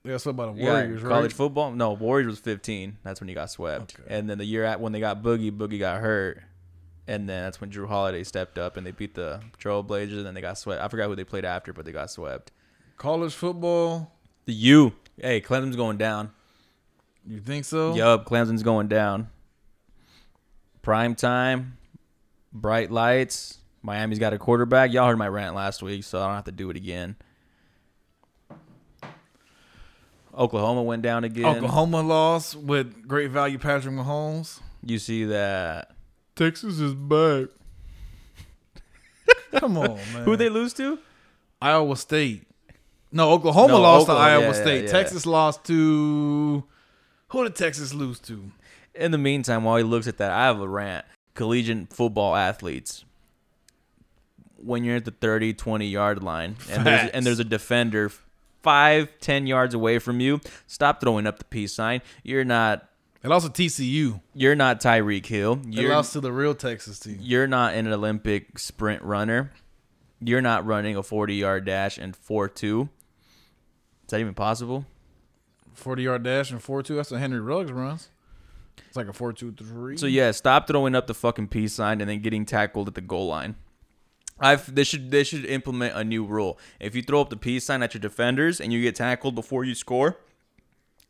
Speaker 2: Yeah, something about the
Speaker 1: Yeah,
Speaker 2: Warriors, right?
Speaker 1: college football. No, Warriors was 15. That's when he got swept.
Speaker 2: Okay.
Speaker 1: And then the year at when they got Boogie, Boogie got hurt, and then that's when Drew Holiday stepped up and they beat the Trailblazers, and then they got swept. I forgot who they played after, but they got swept.
Speaker 2: College football.
Speaker 1: The U. Hey, Clemson's going down.
Speaker 2: You think so?
Speaker 1: Yup, Clemson's going down. Prime time, bright lights. Miami's got a quarterback. Y'all heard my rant last week, so I don't have to do it again. Oklahoma went down again.
Speaker 2: Oklahoma lost with great value Patrick Mahomes.
Speaker 1: You see that?
Speaker 2: Texas is back. Come on, man.
Speaker 1: Who they lose to?
Speaker 2: Iowa State. No, Oklahoma
Speaker 1: No,
Speaker 2: lost
Speaker 1: Oklahoma-
Speaker 2: to Iowa
Speaker 1: yeah,
Speaker 2: State.
Speaker 1: yeah.
Speaker 2: Texas lost to who did Texas lose to?
Speaker 1: In the meantime, while he looks at that, I have a rant. Collegiate football athletes. When you're at the 30, 20 yard line and there's,
Speaker 2: Facts.
Speaker 1: and there's a defender five, 10 yards away from you, stop throwing up the peace sign. You're not
Speaker 2: They lost to TCU.
Speaker 1: you're not Tyreek Hill.
Speaker 2: They
Speaker 1: You're
Speaker 2: lost to the real Texas team.
Speaker 1: you're not an Olympic sprint runner. You're not running a 40 yard dash and 4 2. Is that even possible?
Speaker 2: Forty yard dash and four two. That's what Henry Ruggs runs. It's like a four two three.
Speaker 1: So yeah, stop throwing up the fucking peace sign and then getting tackled at the goal line. I've they should they should implement a new rule. If you throw up the peace sign at your defenders and you get tackled before you score,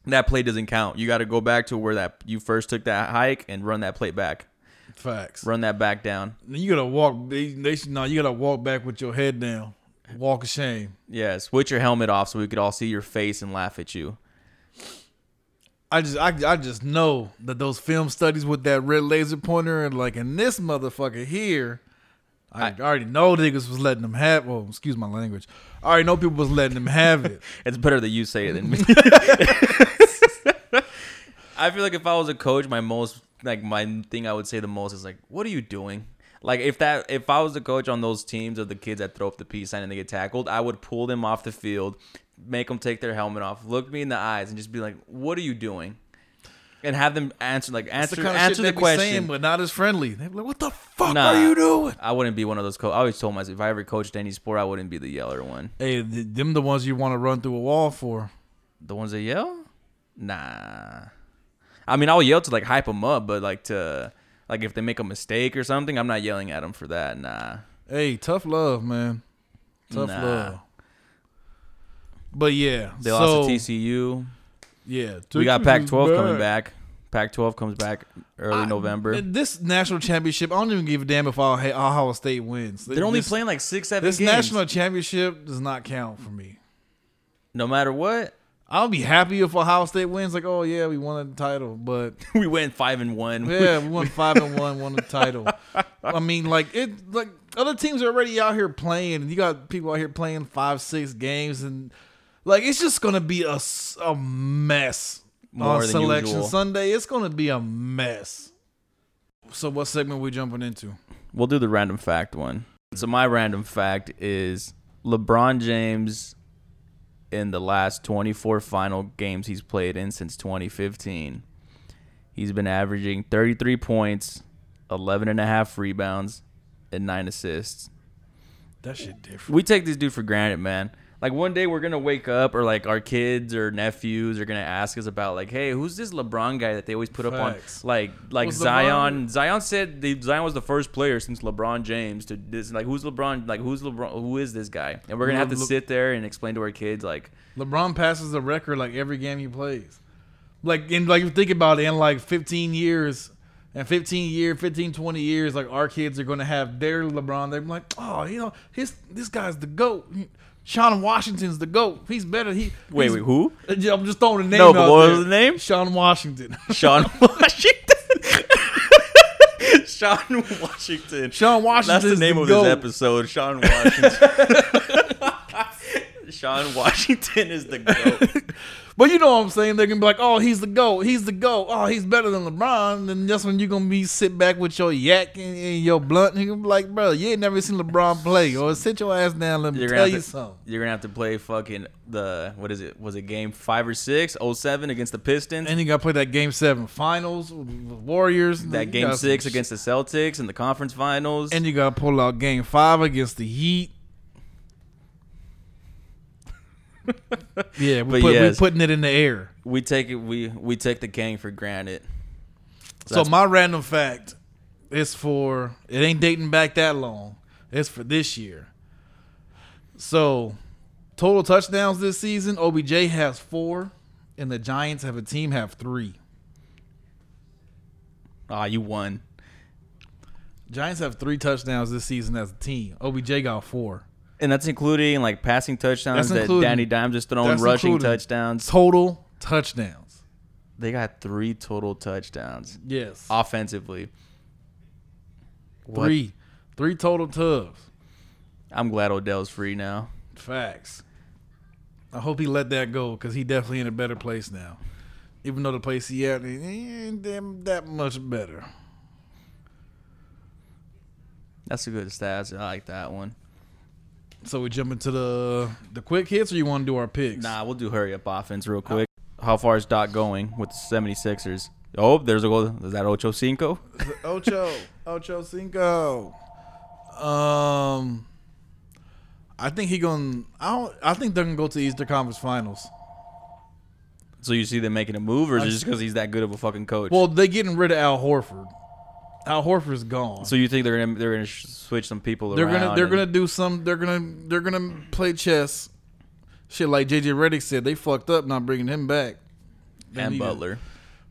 Speaker 1: that play doesn't count. You got to go back to where that you first took that hike and run that play back.
Speaker 2: facts.
Speaker 1: Run that back down.
Speaker 2: You gotta walk. They, they should no. You gotta walk back with your head down. Walk of shame.
Speaker 1: Yes, with your helmet off so we could all see your face and laugh at you.
Speaker 2: I just, I, I just know that those film studies with that red laser pointer and like in this motherfucker here, I, already know niggas was letting them have. Well, excuse my language. I already know people was letting them have it.
Speaker 1: It's better that you say it than me. I feel like if I was a coach, my most like my thing I would say the most is like, "What are you doing?" Like if that if I was the coach on those teams of the kids that throw up the peace sign and they get tackled, I would pull them off the field, make them take their helmet off, look me in the eyes, and just be like, "What are you doing?" And have them answer like
Speaker 2: That's
Speaker 1: answer
Speaker 2: the kind of
Speaker 1: answer
Speaker 2: shit they
Speaker 1: the
Speaker 2: be
Speaker 1: question.
Speaker 2: saying, but not as friendly. They be like, "What the fuck
Speaker 1: Nah.
Speaker 2: are you doing?"
Speaker 1: I wouldn't be one of those. Co- I always told myself if I ever coached any sport, I wouldn't be the yeller one.
Speaker 2: Hey, th- them the ones you want to run through a wall for.
Speaker 1: The ones that yell? Nah. I mean, I'll yell to like hype them up, but like to like if they make a mistake or something, I'm not yelling at them for that. Nah.
Speaker 2: Hey, tough love, man. Tough
Speaker 1: Nah.
Speaker 2: love. But yeah,
Speaker 1: They
Speaker 2: so,
Speaker 1: lost to TCU.
Speaker 2: Yeah,
Speaker 1: we got
Speaker 2: Texas is
Speaker 1: Pac-12 coming back. Pac-12 comes back early
Speaker 2: I-
Speaker 1: November.
Speaker 2: man, This national championship, I don't even give a damn if Ohio Ohio State wins.
Speaker 1: They're only
Speaker 2: this,
Speaker 1: playing like six, seven
Speaker 2: This
Speaker 1: games.
Speaker 2: national championship does not count for me.
Speaker 1: no matter what,
Speaker 2: I'll be happy if Ohio State wins. Like, oh yeah, we won the title, but
Speaker 1: we went five and one.
Speaker 2: yeah, we won five and one, won the title. I mean, like it, like other teams are already out here playing. You got people out here playing five, six games, and like it's just gonna be a, s- a mess
Speaker 1: More
Speaker 2: on
Speaker 1: than
Speaker 2: Selection
Speaker 1: usual.
Speaker 2: Sunday. It's gonna be a mess. So, what segment we jumping into?
Speaker 1: We'll do the random fact one. So my random fact is LeBron James in the last 24 final games he's played in since 2015. He's been averaging 33 points, 11 and a half rebounds, and 9 assists.
Speaker 2: That shit different.
Speaker 1: We take this dude for granted, man. like one day we're gonna wake up or like our kids or nephews are gonna ask us about like, hey, who's this LeBron guy that they always put up on
Speaker 2: Facts.
Speaker 1: like like
Speaker 2: Was
Speaker 1: Zion. Zion said the Zion was the first player since LeBron James to this like who's LeBron like who's LeBron who is this guy? And we're gonna have to
Speaker 2: Le-
Speaker 1: sit there and explain to our kids like
Speaker 2: LeBron passes the record like every game he plays. Like and like you think about it in like 15 years and 15 year 15 20 years like our kids are going to have their LeBron. They're like, "Oh, you know, his this guy's the goat. Sean Washington's the goat. He's better. He
Speaker 1: Wait,
Speaker 2: he's-
Speaker 1: wait,
Speaker 2: Uh,
Speaker 1: who?
Speaker 2: I'm just throwing a name
Speaker 1: No,
Speaker 2: out
Speaker 1: but what
Speaker 2: there.
Speaker 1: was the name?
Speaker 2: Sean Washington.
Speaker 1: Sean Washington. Sean Washington.
Speaker 2: Sean Washington.
Speaker 1: That's the name of
Speaker 2: goat.
Speaker 1: this episode. Sean Washington. Sean Washington is the goat.
Speaker 2: But you know what I'm saying? They're gonna be like, "Oh, he's the goat. He's the goat. Oh, he's better than LeBron." And that's when you're gonna be sit back with your yak and, and your blunt, and you're gonna be like, "Bro, you ain't never seen LeBron play." Or sit your ass down. Let me
Speaker 1: You're gonna,
Speaker 2: tell
Speaker 1: have
Speaker 2: you
Speaker 1: to,
Speaker 2: something.
Speaker 1: you're gonna have to play fucking the what is it? Was it game five or six? Oh seven against the Pistons.
Speaker 2: And you gotta play that game seven finals with the Warriors. You
Speaker 1: that game
Speaker 2: gotta-
Speaker 1: six against the Celtics in the conference finals.
Speaker 2: And you gotta pull out game five against the Heat. yeah,
Speaker 1: But
Speaker 2: we
Speaker 1: yes.
Speaker 2: put, we're putting it in the air.
Speaker 1: we take it we we take the gang for granted.
Speaker 2: So
Speaker 1: That's-
Speaker 2: my random fact is for it ain't dating back that long. It's for this year. So total touchdowns this season, OBJ has four, and the Giants have a team have three.
Speaker 1: Ah, you won.
Speaker 2: Giants have three touchdowns this season as a team. OBJ got four.
Speaker 1: And that's including like passing touchdowns
Speaker 2: That's
Speaker 1: that
Speaker 2: including-
Speaker 1: Danny Dimes is throwing,
Speaker 2: that's
Speaker 1: rushing
Speaker 2: including-
Speaker 1: touchdowns.
Speaker 2: Total touchdowns.
Speaker 1: They got three total touchdowns
Speaker 2: Yes.
Speaker 1: offensively. What?
Speaker 2: Uh, Three. Three total tubs.
Speaker 1: I'm glad Odell's free now.
Speaker 2: Facts. I hope he let that go because he definitely in a better place now. Even though the place he at he ain't damn that much better.
Speaker 1: That's a good stats. I like that one.
Speaker 2: So we jump into the the quick hits, or you want to do our picks?
Speaker 1: Nah, we'll do hurry up offense real quick. How far is Doc going with the 76ers? Oh, there's a goal. Is that Ocho Cinco?
Speaker 2: Ocho, Ocho Cinco. Um, I think he gonna. I don't. I think they're gonna go to Easter Conference Finals.
Speaker 1: So you see them making a move, or is it just because he's that good of a fucking coach?
Speaker 2: Well, they getting rid of Al Horford. Al Horford's gone.
Speaker 1: so you think they're gonna they're gonna sh- switch some people
Speaker 2: They're
Speaker 1: around?
Speaker 2: gonna they're
Speaker 1: and-
Speaker 2: gonna do some. They're gonna they're gonna play chess. Shit like JJ Redick said, they fucked up not bringing him back. They
Speaker 1: and
Speaker 2: need-
Speaker 1: Butler.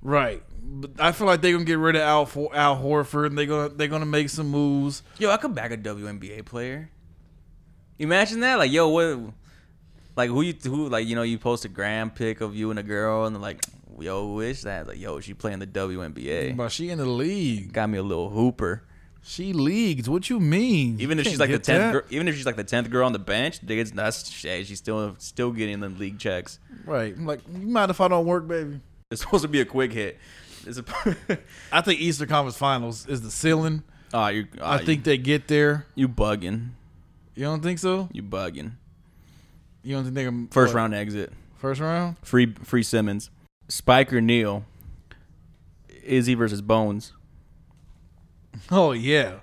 Speaker 2: right? But I feel like they're gonna get rid of Al for Al Horford. And they're gonna they're gonna make some moves.
Speaker 1: Yo, I could back a WNBA player. Imagine that, like, yo, what, like, who you, who, like, you know, you post a gram pic of you and a girl, and they're like, yo, who is that? Like, yo, she playing the WNBA.
Speaker 2: But she in the league.
Speaker 1: Got me a little hooper.
Speaker 2: She leagues. What you mean?
Speaker 1: Even if
Speaker 2: You
Speaker 1: she's like
Speaker 2: can't
Speaker 1: the
Speaker 2: get
Speaker 1: tenth,
Speaker 2: that.
Speaker 1: girl, even if she's like the tenth girl on the bench, niggas, that's shit. She's still still getting them league checks.
Speaker 2: right? I'm like, you mind if I don't work, baby?
Speaker 1: It's supposed to be a quick hit. It's a,
Speaker 2: I think Easter Conference Finals is the ceiling.
Speaker 1: Ah, you, ah,
Speaker 2: I think they get there.
Speaker 1: you, you bugging,
Speaker 2: You don't think so?
Speaker 1: you bugging.
Speaker 2: You don't think they can
Speaker 1: First
Speaker 2: what,
Speaker 1: round exit.
Speaker 2: First round.
Speaker 1: Free free Simmons. Spike or Neal. Izzy versus Bones.
Speaker 2: Oh yeah,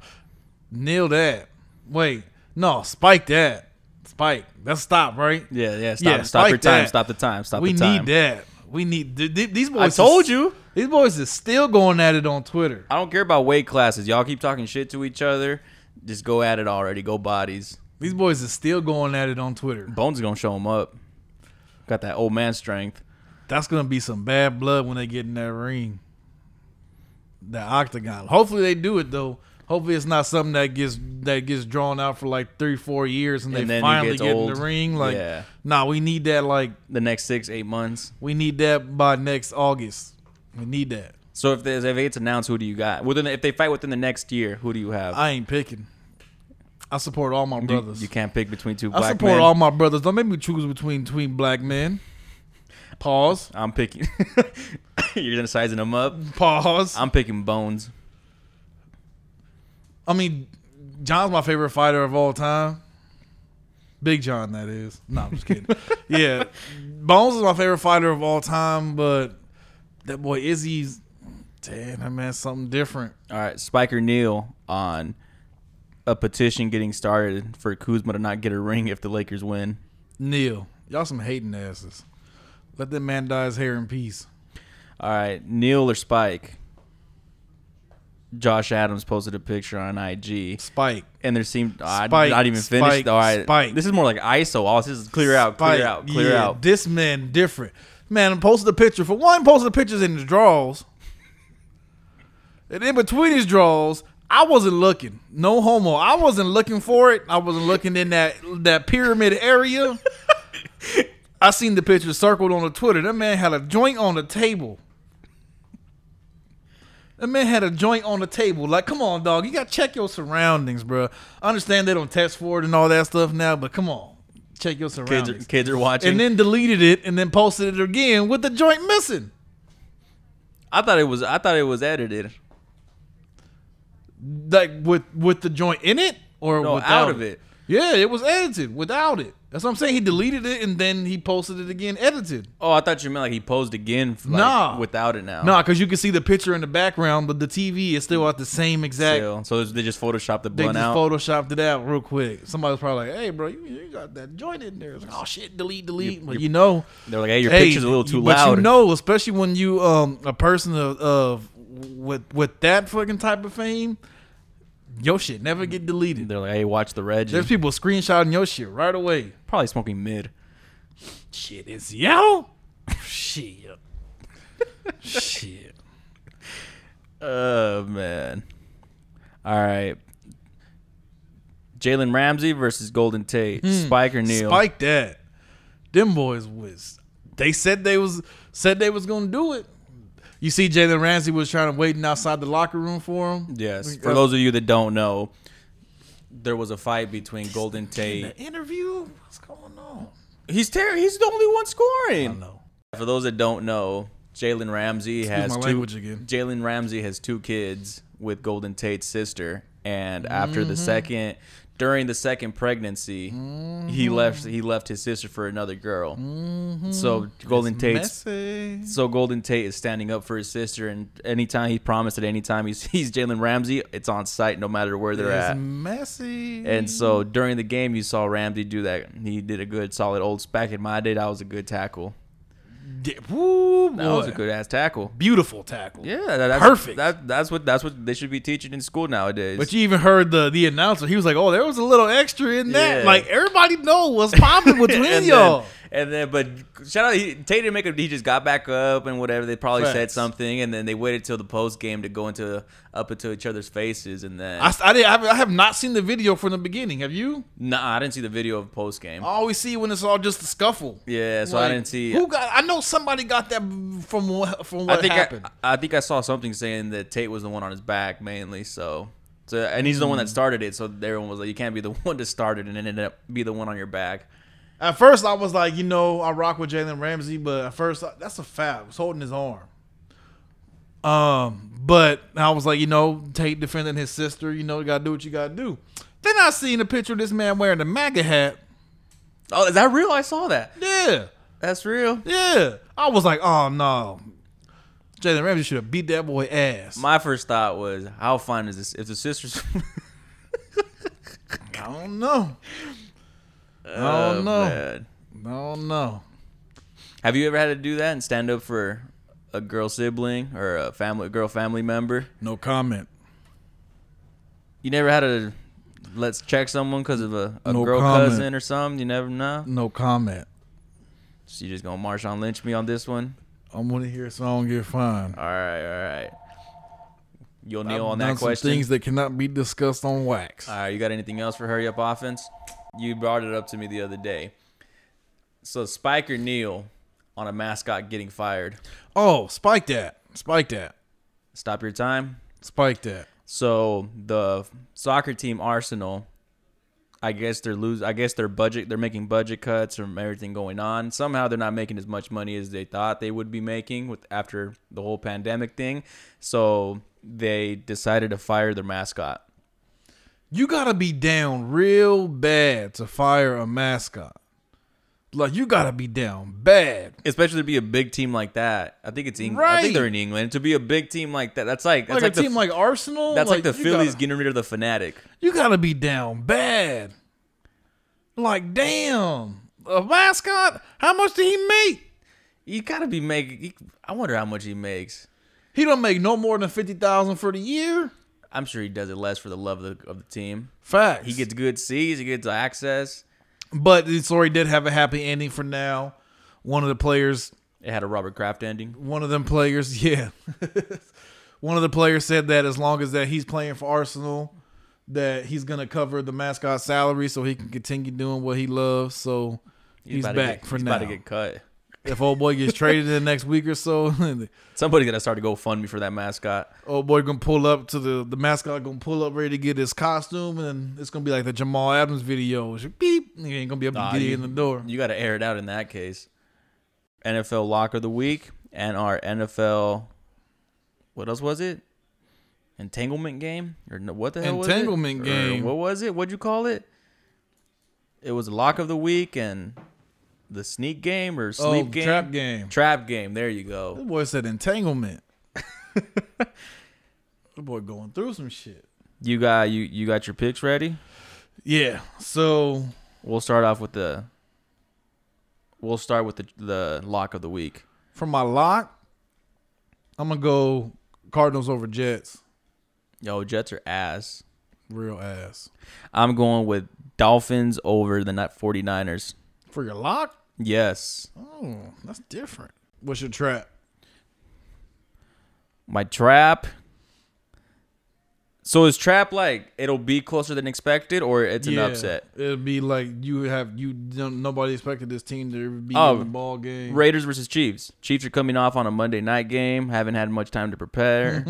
Speaker 2: nail that. Wait, no, spike that. Spike. That's stop, right?
Speaker 1: Yeah, yeah. Stop,
Speaker 2: Yeah,
Speaker 1: stop your
Speaker 2: spike
Speaker 1: time.
Speaker 2: that.
Speaker 1: Stop the time. Stop
Speaker 2: we
Speaker 1: the time.
Speaker 2: need that. We need th- th- these boys.
Speaker 1: I told
Speaker 2: is-
Speaker 1: you.
Speaker 2: These boys is still going at it on Twitter.
Speaker 1: I don't care about weight classes. Y'all keep talking shit to each other. Just go at it already. Go bodies.
Speaker 2: These boys is still going at it on Twitter.
Speaker 1: Bones is gonna show him up. Got that old man strength.
Speaker 2: That's gonna be some bad blood when they get in that ring, that octagon. Hopefully they do it though. Hopefully it's not something that gets that gets drawn out for like three, four years, and,
Speaker 1: And
Speaker 2: they
Speaker 1: then it
Speaker 2: finally
Speaker 1: gets
Speaker 2: get in
Speaker 1: old.
Speaker 2: the ring. Like,
Speaker 1: Yeah.
Speaker 2: nah, we need that. Like,
Speaker 1: The next six eight months.
Speaker 2: we need that by next August. We need that.
Speaker 1: So if there's if it gets announced, who do you got? Within the, if they fight within the next year, who do you have?
Speaker 2: I ain't picking. I support all my
Speaker 1: Do you,
Speaker 2: brothers.
Speaker 1: you can't pick between two black
Speaker 2: I support
Speaker 1: men.
Speaker 2: all my brothers. Don't make me choose between between black men. Pause.
Speaker 1: I'm picking. You're gonna sizing them up.
Speaker 2: Pause. i
Speaker 1: I'm picking Bones.
Speaker 2: mean, John's my favorite fighter of all time. Big John, that is. No, I'm just kidding. yeah, Bones is my favorite fighter of all time, but that boy Izzy's, damn, that man's something different.
Speaker 1: All right, Spiker Neal on a petition getting started for Kuzma to not get a ring if the Lakers win.
Speaker 2: Neil, y'all some hating asses. Let that man dye his hair in peace.
Speaker 1: All right, Neil or Spike? Josh Adams posted a picture on IG,
Speaker 2: Spike.
Speaker 1: and there seemed oh, I
Speaker 2: Spike,
Speaker 1: did not even finished.
Speaker 2: Spike,
Speaker 1: All right,
Speaker 2: Spike.
Speaker 1: this is more like ISO. All this is clear out,
Speaker 2: Spike.
Speaker 1: clear out, clear
Speaker 2: Yeah,
Speaker 1: out.
Speaker 2: This man different. Man posted a picture. For one, posted pictures in his drawers. And in between his drawers, I wasn't looking. No homo. I wasn't looking for it. I wasn't looking in that that pyramid area. I seen the picture circled on the Twitter. That man had a joint on the table. That man had a joint on the table. Like, come on, dog. You got to check your surroundings, bro. I understand they don't test for it and all that stuff now, but come on. Check your surroundings
Speaker 1: Kids, are, kids are watching.
Speaker 2: and then deleted it and then posted it again with the joint missing.
Speaker 1: I thought it was. I thought it was edited.
Speaker 2: Like with with the joint in it or
Speaker 1: No,
Speaker 2: without
Speaker 1: out of it.
Speaker 2: Yeah, it was edited without it. That's what I'm saying. He deleted it and then he posted it again edited.
Speaker 1: Oh, I thought you meant like he posed again. f- Like,
Speaker 2: Nah.
Speaker 1: without it now.
Speaker 2: Nah, because you can see the picture in the background, but the TV is still at the same exact.
Speaker 1: Still. So they just photoshopped the
Speaker 2: They
Speaker 1: blunt
Speaker 2: just
Speaker 1: out.
Speaker 2: photoshopped it out real quick. Somebody was probably like, "Hey, bro, you, you got that joint in there." It's like, "Oh shit, delete, delete." But you know,
Speaker 1: They're like, hey, your
Speaker 2: Hey,
Speaker 1: picture's a little too
Speaker 2: but
Speaker 1: loud.
Speaker 2: you know, especially when you um a person of, of with with that fucking type of fame, your shit never get deleted.
Speaker 1: They're like, hey, watch the reg.
Speaker 2: There's people screenshotting your shit right away.
Speaker 1: probably smoking mid.
Speaker 2: Shit in Seattle. shit. shit.
Speaker 1: Oh man. All right. Jalen Ramsey versus Golden Tate. Spike or Neil?
Speaker 2: Hmm. Spike that. Them boys was. They said they was said they was gonna do it. You see, Jalen Ramsey was trying to waiting outside the locker room for him.
Speaker 1: Yes.
Speaker 2: Uh,
Speaker 1: For those of you that don't know, there was a fight between Golden Tate.
Speaker 2: the interview. What's going on?
Speaker 1: He's ter- He's the only one
Speaker 2: I
Speaker 1: scoring.
Speaker 2: know.
Speaker 1: For those that don't know, Jalen Ramsey has
Speaker 2: my
Speaker 1: two.
Speaker 2: language again.
Speaker 1: Jalen Ramsey has two kids with Golden Tate's sister, and after
Speaker 2: Mm-hmm.
Speaker 1: the second, during the second pregnancy,
Speaker 2: Mm-hmm.
Speaker 1: he left. He left his sister for another girl. So Golden Tate's.
Speaker 2: Messy.
Speaker 1: So Golden Tate is standing up for his sister, and anytime he promised that anytime he sees Jalen Ramsey, it's on site, no matter where they're
Speaker 2: It's
Speaker 1: at.
Speaker 2: messy.
Speaker 1: And so during the game, you saw Ramsey do that. He did a good, solid old. Back in my day, that was a good tackle.
Speaker 2: Yeah, woo,
Speaker 1: That was a
Speaker 2: boy.
Speaker 1: good ass tackle.
Speaker 2: beautiful tackle.
Speaker 1: Yeah, that- that's
Speaker 2: Perfect.
Speaker 1: That, that's what that's what they should be teaching in school nowadays.
Speaker 2: But you even heard the the announcer. He was like, "Oh, there was a little extra in that."
Speaker 1: Yeah.
Speaker 2: Like everybody know what's popping between
Speaker 1: and
Speaker 2: y'all.
Speaker 1: Then, and then, but shout out, he, Tate didn't make a. He just got back up and whatever. They probably said
Speaker 2: Facts.
Speaker 1: something, and then they waited till the post game to go into up into each other's faces, and then
Speaker 2: I, I, did, I, I have not seen the video from the beginning. Have you?
Speaker 1: nah, I didn't see the video of post game.
Speaker 2: I always see when it's all just a scuffle.
Speaker 1: yeah, so I
Speaker 2: Oh, Like,
Speaker 1: didn't see.
Speaker 2: who got. I know somebody got that from what from what
Speaker 1: I think
Speaker 2: happened.
Speaker 1: I, I think I saw something saying that Tate was the one on his back mainly. So, so and he's the one
Speaker 2: Hmm.
Speaker 1: that started it. So everyone was like, you can't be the one to start it and ended up be the one on your back.
Speaker 2: at first, I was like, you know, I rock with Jalen Ramsey, but at first, I- that's a foul. He was holding his arm. Um, but I was like, you know, Tate defending his sister. You know, you gotta do what you gotta do. Then I seen a picture of this man wearing a MAGA hat.
Speaker 1: Oh, is that real? I saw that.
Speaker 2: Yeah,
Speaker 1: That's real.
Speaker 2: yeah. I was like, oh no, Jalen Ramsey should have beat that boy ass.
Speaker 1: My first thought was, how fun is this? If the sisters,
Speaker 2: I don't know. I don't know.
Speaker 1: Oh, man.
Speaker 2: I don't know.
Speaker 1: Have you ever had to do that and stand up for a girl sibling or a family girl family member?
Speaker 2: No comment.
Speaker 1: You never had to let's check someone because of a, a
Speaker 2: No
Speaker 1: girl
Speaker 2: comment.
Speaker 1: cousin or something. You never know.
Speaker 2: No comment.
Speaker 1: So you just gonna Marshawn Lynch me on this one?
Speaker 2: I want to hear a song. Get fined.
Speaker 1: All right, all right. You'll kneel on
Speaker 2: Done
Speaker 1: that
Speaker 2: some
Speaker 1: question.
Speaker 2: Things that cannot be discussed on wax.
Speaker 1: All right, you got anything else for hurry up offense? You brought it up to me the other day. So Spike or Neil on a mascot getting fired.
Speaker 2: Oh, spike that. Spike that.
Speaker 1: Stop your time.
Speaker 2: Spike that.
Speaker 1: So the soccer team Arsenal, I guess they're lose. I guess their budget. They're making budget cuts from everything going on. Somehow they're not making as much money as they thought they would be making with after the whole pandemic thing. So they decided to fire their mascot.
Speaker 2: You gotta be down real bad to fire a mascot. Like you gotta be down bad.
Speaker 1: especially to be a big team like that. I think it's England. I
Speaker 2: Right.
Speaker 1: think they're in England. To be a big team like that, that's like that's
Speaker 2: Like
Speaker 1: like,
Speaker 2: a
Speaker 1: the
Speaker 2: team like Arsenal.
Speaker 1: that's like, the
Speaker 2: you
Speaker 1: Phillies
Speaker 2: Gotta,
Speaker 1: getting rid of the fanatic.
Speaker 2: you gotta be down bad. Like damn. a mascot? How much did he make?
Speaker 1: You gotta be making. you- I wonder how much he makes.
Speaker 2: He don't make no more than fifty thousand for the year.
Speaker 1: I'm sure he does it less for the love of the, of the team.
Speaker 2: Facts.
Speaker 1: He gets good seats. He gets access.
Speaker 2: but the story did have a happy ending for now. One of the players
Speaker 1: It had a Robert Kraft ending.
Speaker 2: one of them players, yeah. one of the players said that as long as that he's playing for Arsenal, that he's gonna cover the mascot salary so he can continue doing what he loves. So he's,
Speaker 1: about
Speaker 2: back
Speaker 1: to get,
Speaker 2: for
Speaker 1: he's
Speaker 2: now.
Speaker 1: About to get cut.
Speaker 2: if old boy gets traded in the next week or so,
Speaker 1: Somebody's gotta start a GoFundMe for that mascot.
Speaker 2: old boy gonna pull up to the the mascot gonna pull up ready to get his costume, and it's gonna be like the Jamal Adams video. It's like, Beep, he ain't gonna be able to
Speaker 1: Nah,
Speaker 2: get
Speaker 1: you-
Speaker 2: in the door.
Speaker 1: You gotta air it out in that case. NFL lock of the week and our NFL. What else was it? Entanglement game or no, what the hell was it?
Speaker 2: Entanglement
Speaker 1: Or
Speaker 2: game.
Speaker 1: what was it? What'd you call it? It was lock of the week and the sneak game or
Speaker 2: oh,
Speaker 1: sleep game.
Speaker 2: trap game.
Speaker 1: Trap game. There you
Speaker 2: The
Speaker 1: go.
Speaker 2: boy said entanglement. the boy going through some shit.
Speaker 1: You got you you got your picks ready.
Speaker 2: Yeah. So
Speaker 1: We'll start off with the. We'll start with the the lock of the week.
Speaker 2: for my lock, I'm gonna go Cardinals over Jets.
Speaker 1: Yo, Jets are ass.
Speaker 2: Real ass.
Speaker 1: I'm going with Dolphins over the not 49ers.
Speaker 2: For your lock?
Speaker 1: Yes.
Speaker 2: Oh, that's different. What's your trap?
Speaker 1: My trap. So is trap like it'll be closer than expected or it's
Speaker 2: Yeah,
Speaker 1: an upset?
Speaker 2: It'd be like you have you don't, nobody expected this team to be
Speaker 1: Oh,
Speaker 2: in the ball game.
Speaker 1: Raiders versus Chiefs. Chiefs are coming off on a Monday night game. Haven't had much time to prepare.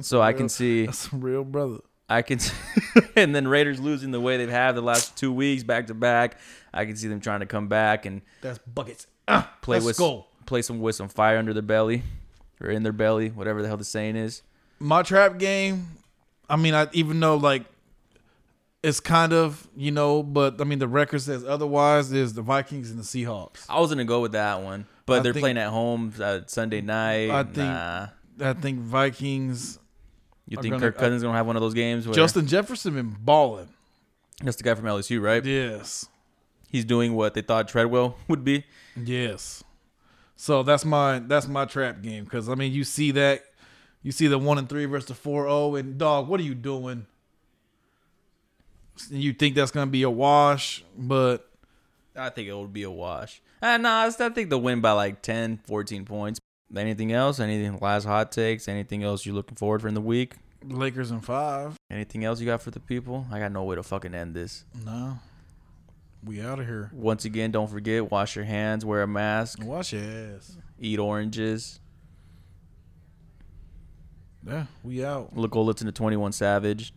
Speaker 1: so I can see
Speaker 2: That's a real brother.
Speaker 1: I can s- and then Raiders losing the way they've had the last 2 weeks back to back. I can see them trying to come back and
Speaker 2: That's buckets. Ah,
Speaker 1: play
Speaker 2: let's
Speaker 1: with
Speaker 2: go.
Speaker 1: play some with some fire under their belly or in their belly, whatever the hell the saying is.
Speaker 2: my trap game. I mean, I even though like it's kind of you know, but I mean the record says otherwise. Is the Vikings and the Seahawks?
Speaker 1: I was gonna go with that one, but
Speaker 2: I
Speaker 1: they're
Speaker 2: think-
Speaker 1: playing at home uh, Sunday night.
Speaker 2: I think-
Speaker 1: nah.
Speaker 2: I think Vikings.
Speaker 1: you
Speaker 2: I'm
Speaker 1: think
Speaker 2: gonna-
Speaker 1: Kirk Cousins gonna have one of those games? Where
Speaker 2: Justin Jefferson been balling.
Speaker 1: that's the guy from LSU, right?
Speaker 2: Yes,
Speaker 1: He's doing what they thought Treadwell would be.
Speaker 2: yes. So that's my that's my trap game because I mean you see that you see the one and three versus the four zero and dog. What are you doing? You think that's gonna be a wash, but
Speaker 1: I think it would be a wash. Uh, nah, I think they'll win by like 10, 14 points. Anything else? Anything last hot takes? Anything else you're looking forward for in the week?
Speaker 2: Lakers in five.
Speaker 1: Anything else you got for the people? I got no way to fucking end this.
Speaker 2: No, we out of here.
Speaker 1: Once again, don't forget wash your hands, wear a mask,
Speaker 2: Wash your ass.
Speaker 1: eat oranges.
Speaker 2: Yeah, we out.
Speaker 1: Look, go listen to Twenty One Savage.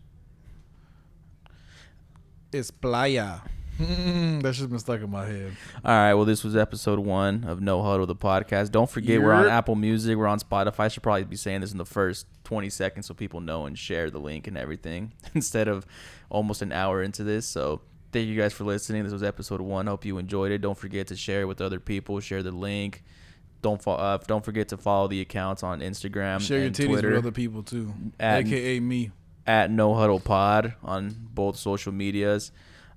Speaker 2: It's playa. Mm, that shit's been stuck in my head.
Speaker 1: All right. Well, this was episode one of No Huddle, the podcast. Don't forget, we're on
Speaker 2: Yep.
Speaker 1: Apple Music. We're on Spotify. I should probably be saying this in the first 20 seconds so people know and share the link and everything instead of almost an hour into this. So thank you guys for listening. This was episode one. Hope you enjoyed it. Don't forget to share it with other people. Share the link. Don't fo- uh, don't forget to follow the accounts on Instagram
Speaker 2: Share your
Speaker 1: and
Speaker 2: titties
Speaker 1: Twitter
Speaker 2: with other people too,
Speaker 1: At-
Speaker 2: aka me.
Speaker 1: at No Huddle Pod on both social medias.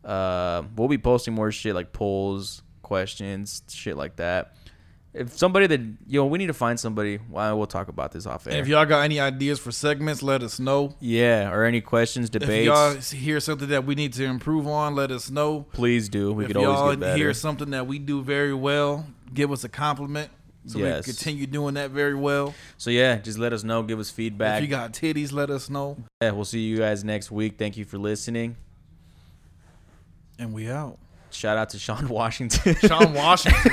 Speaker 1: Uh, we'll be posting more shit like polls, questions, shit like that. If somebody that you know, we need to find somebody. Well, we'll talk about this off
Speaker 2: And
Speaker 1: air.
Speaker 2: if y'all got any ideas for segments, let us know.
Speaker 1: yeah, or any questions,
Speaker 2: If
Speaker 1: debates,
Speaker 2: y'all hear something that we need to improve on, let us know.
Speaker 1: please do. We
Speaker 2: if
Speaker 1: could always
Speaker 2: y'all
Speaker 1: get better.
Speaker 2: hear something that we do very well, give us a compliment so
Speaker 1: Yes.
Speaker 2: we can continue doing that very well.
Speaker 1: so yeah, just let us know. Give us
Speaker 2: If
Speaker 1: feedback.
Speaker 2: you got titties, let us know.
Speaker 1: yeah, we'll see you guys next week. Thank you for listening.
Speaker 2: And we out.
Speaker 1: Shout out to Sean Washington.
Speaker 2: Sean Washington.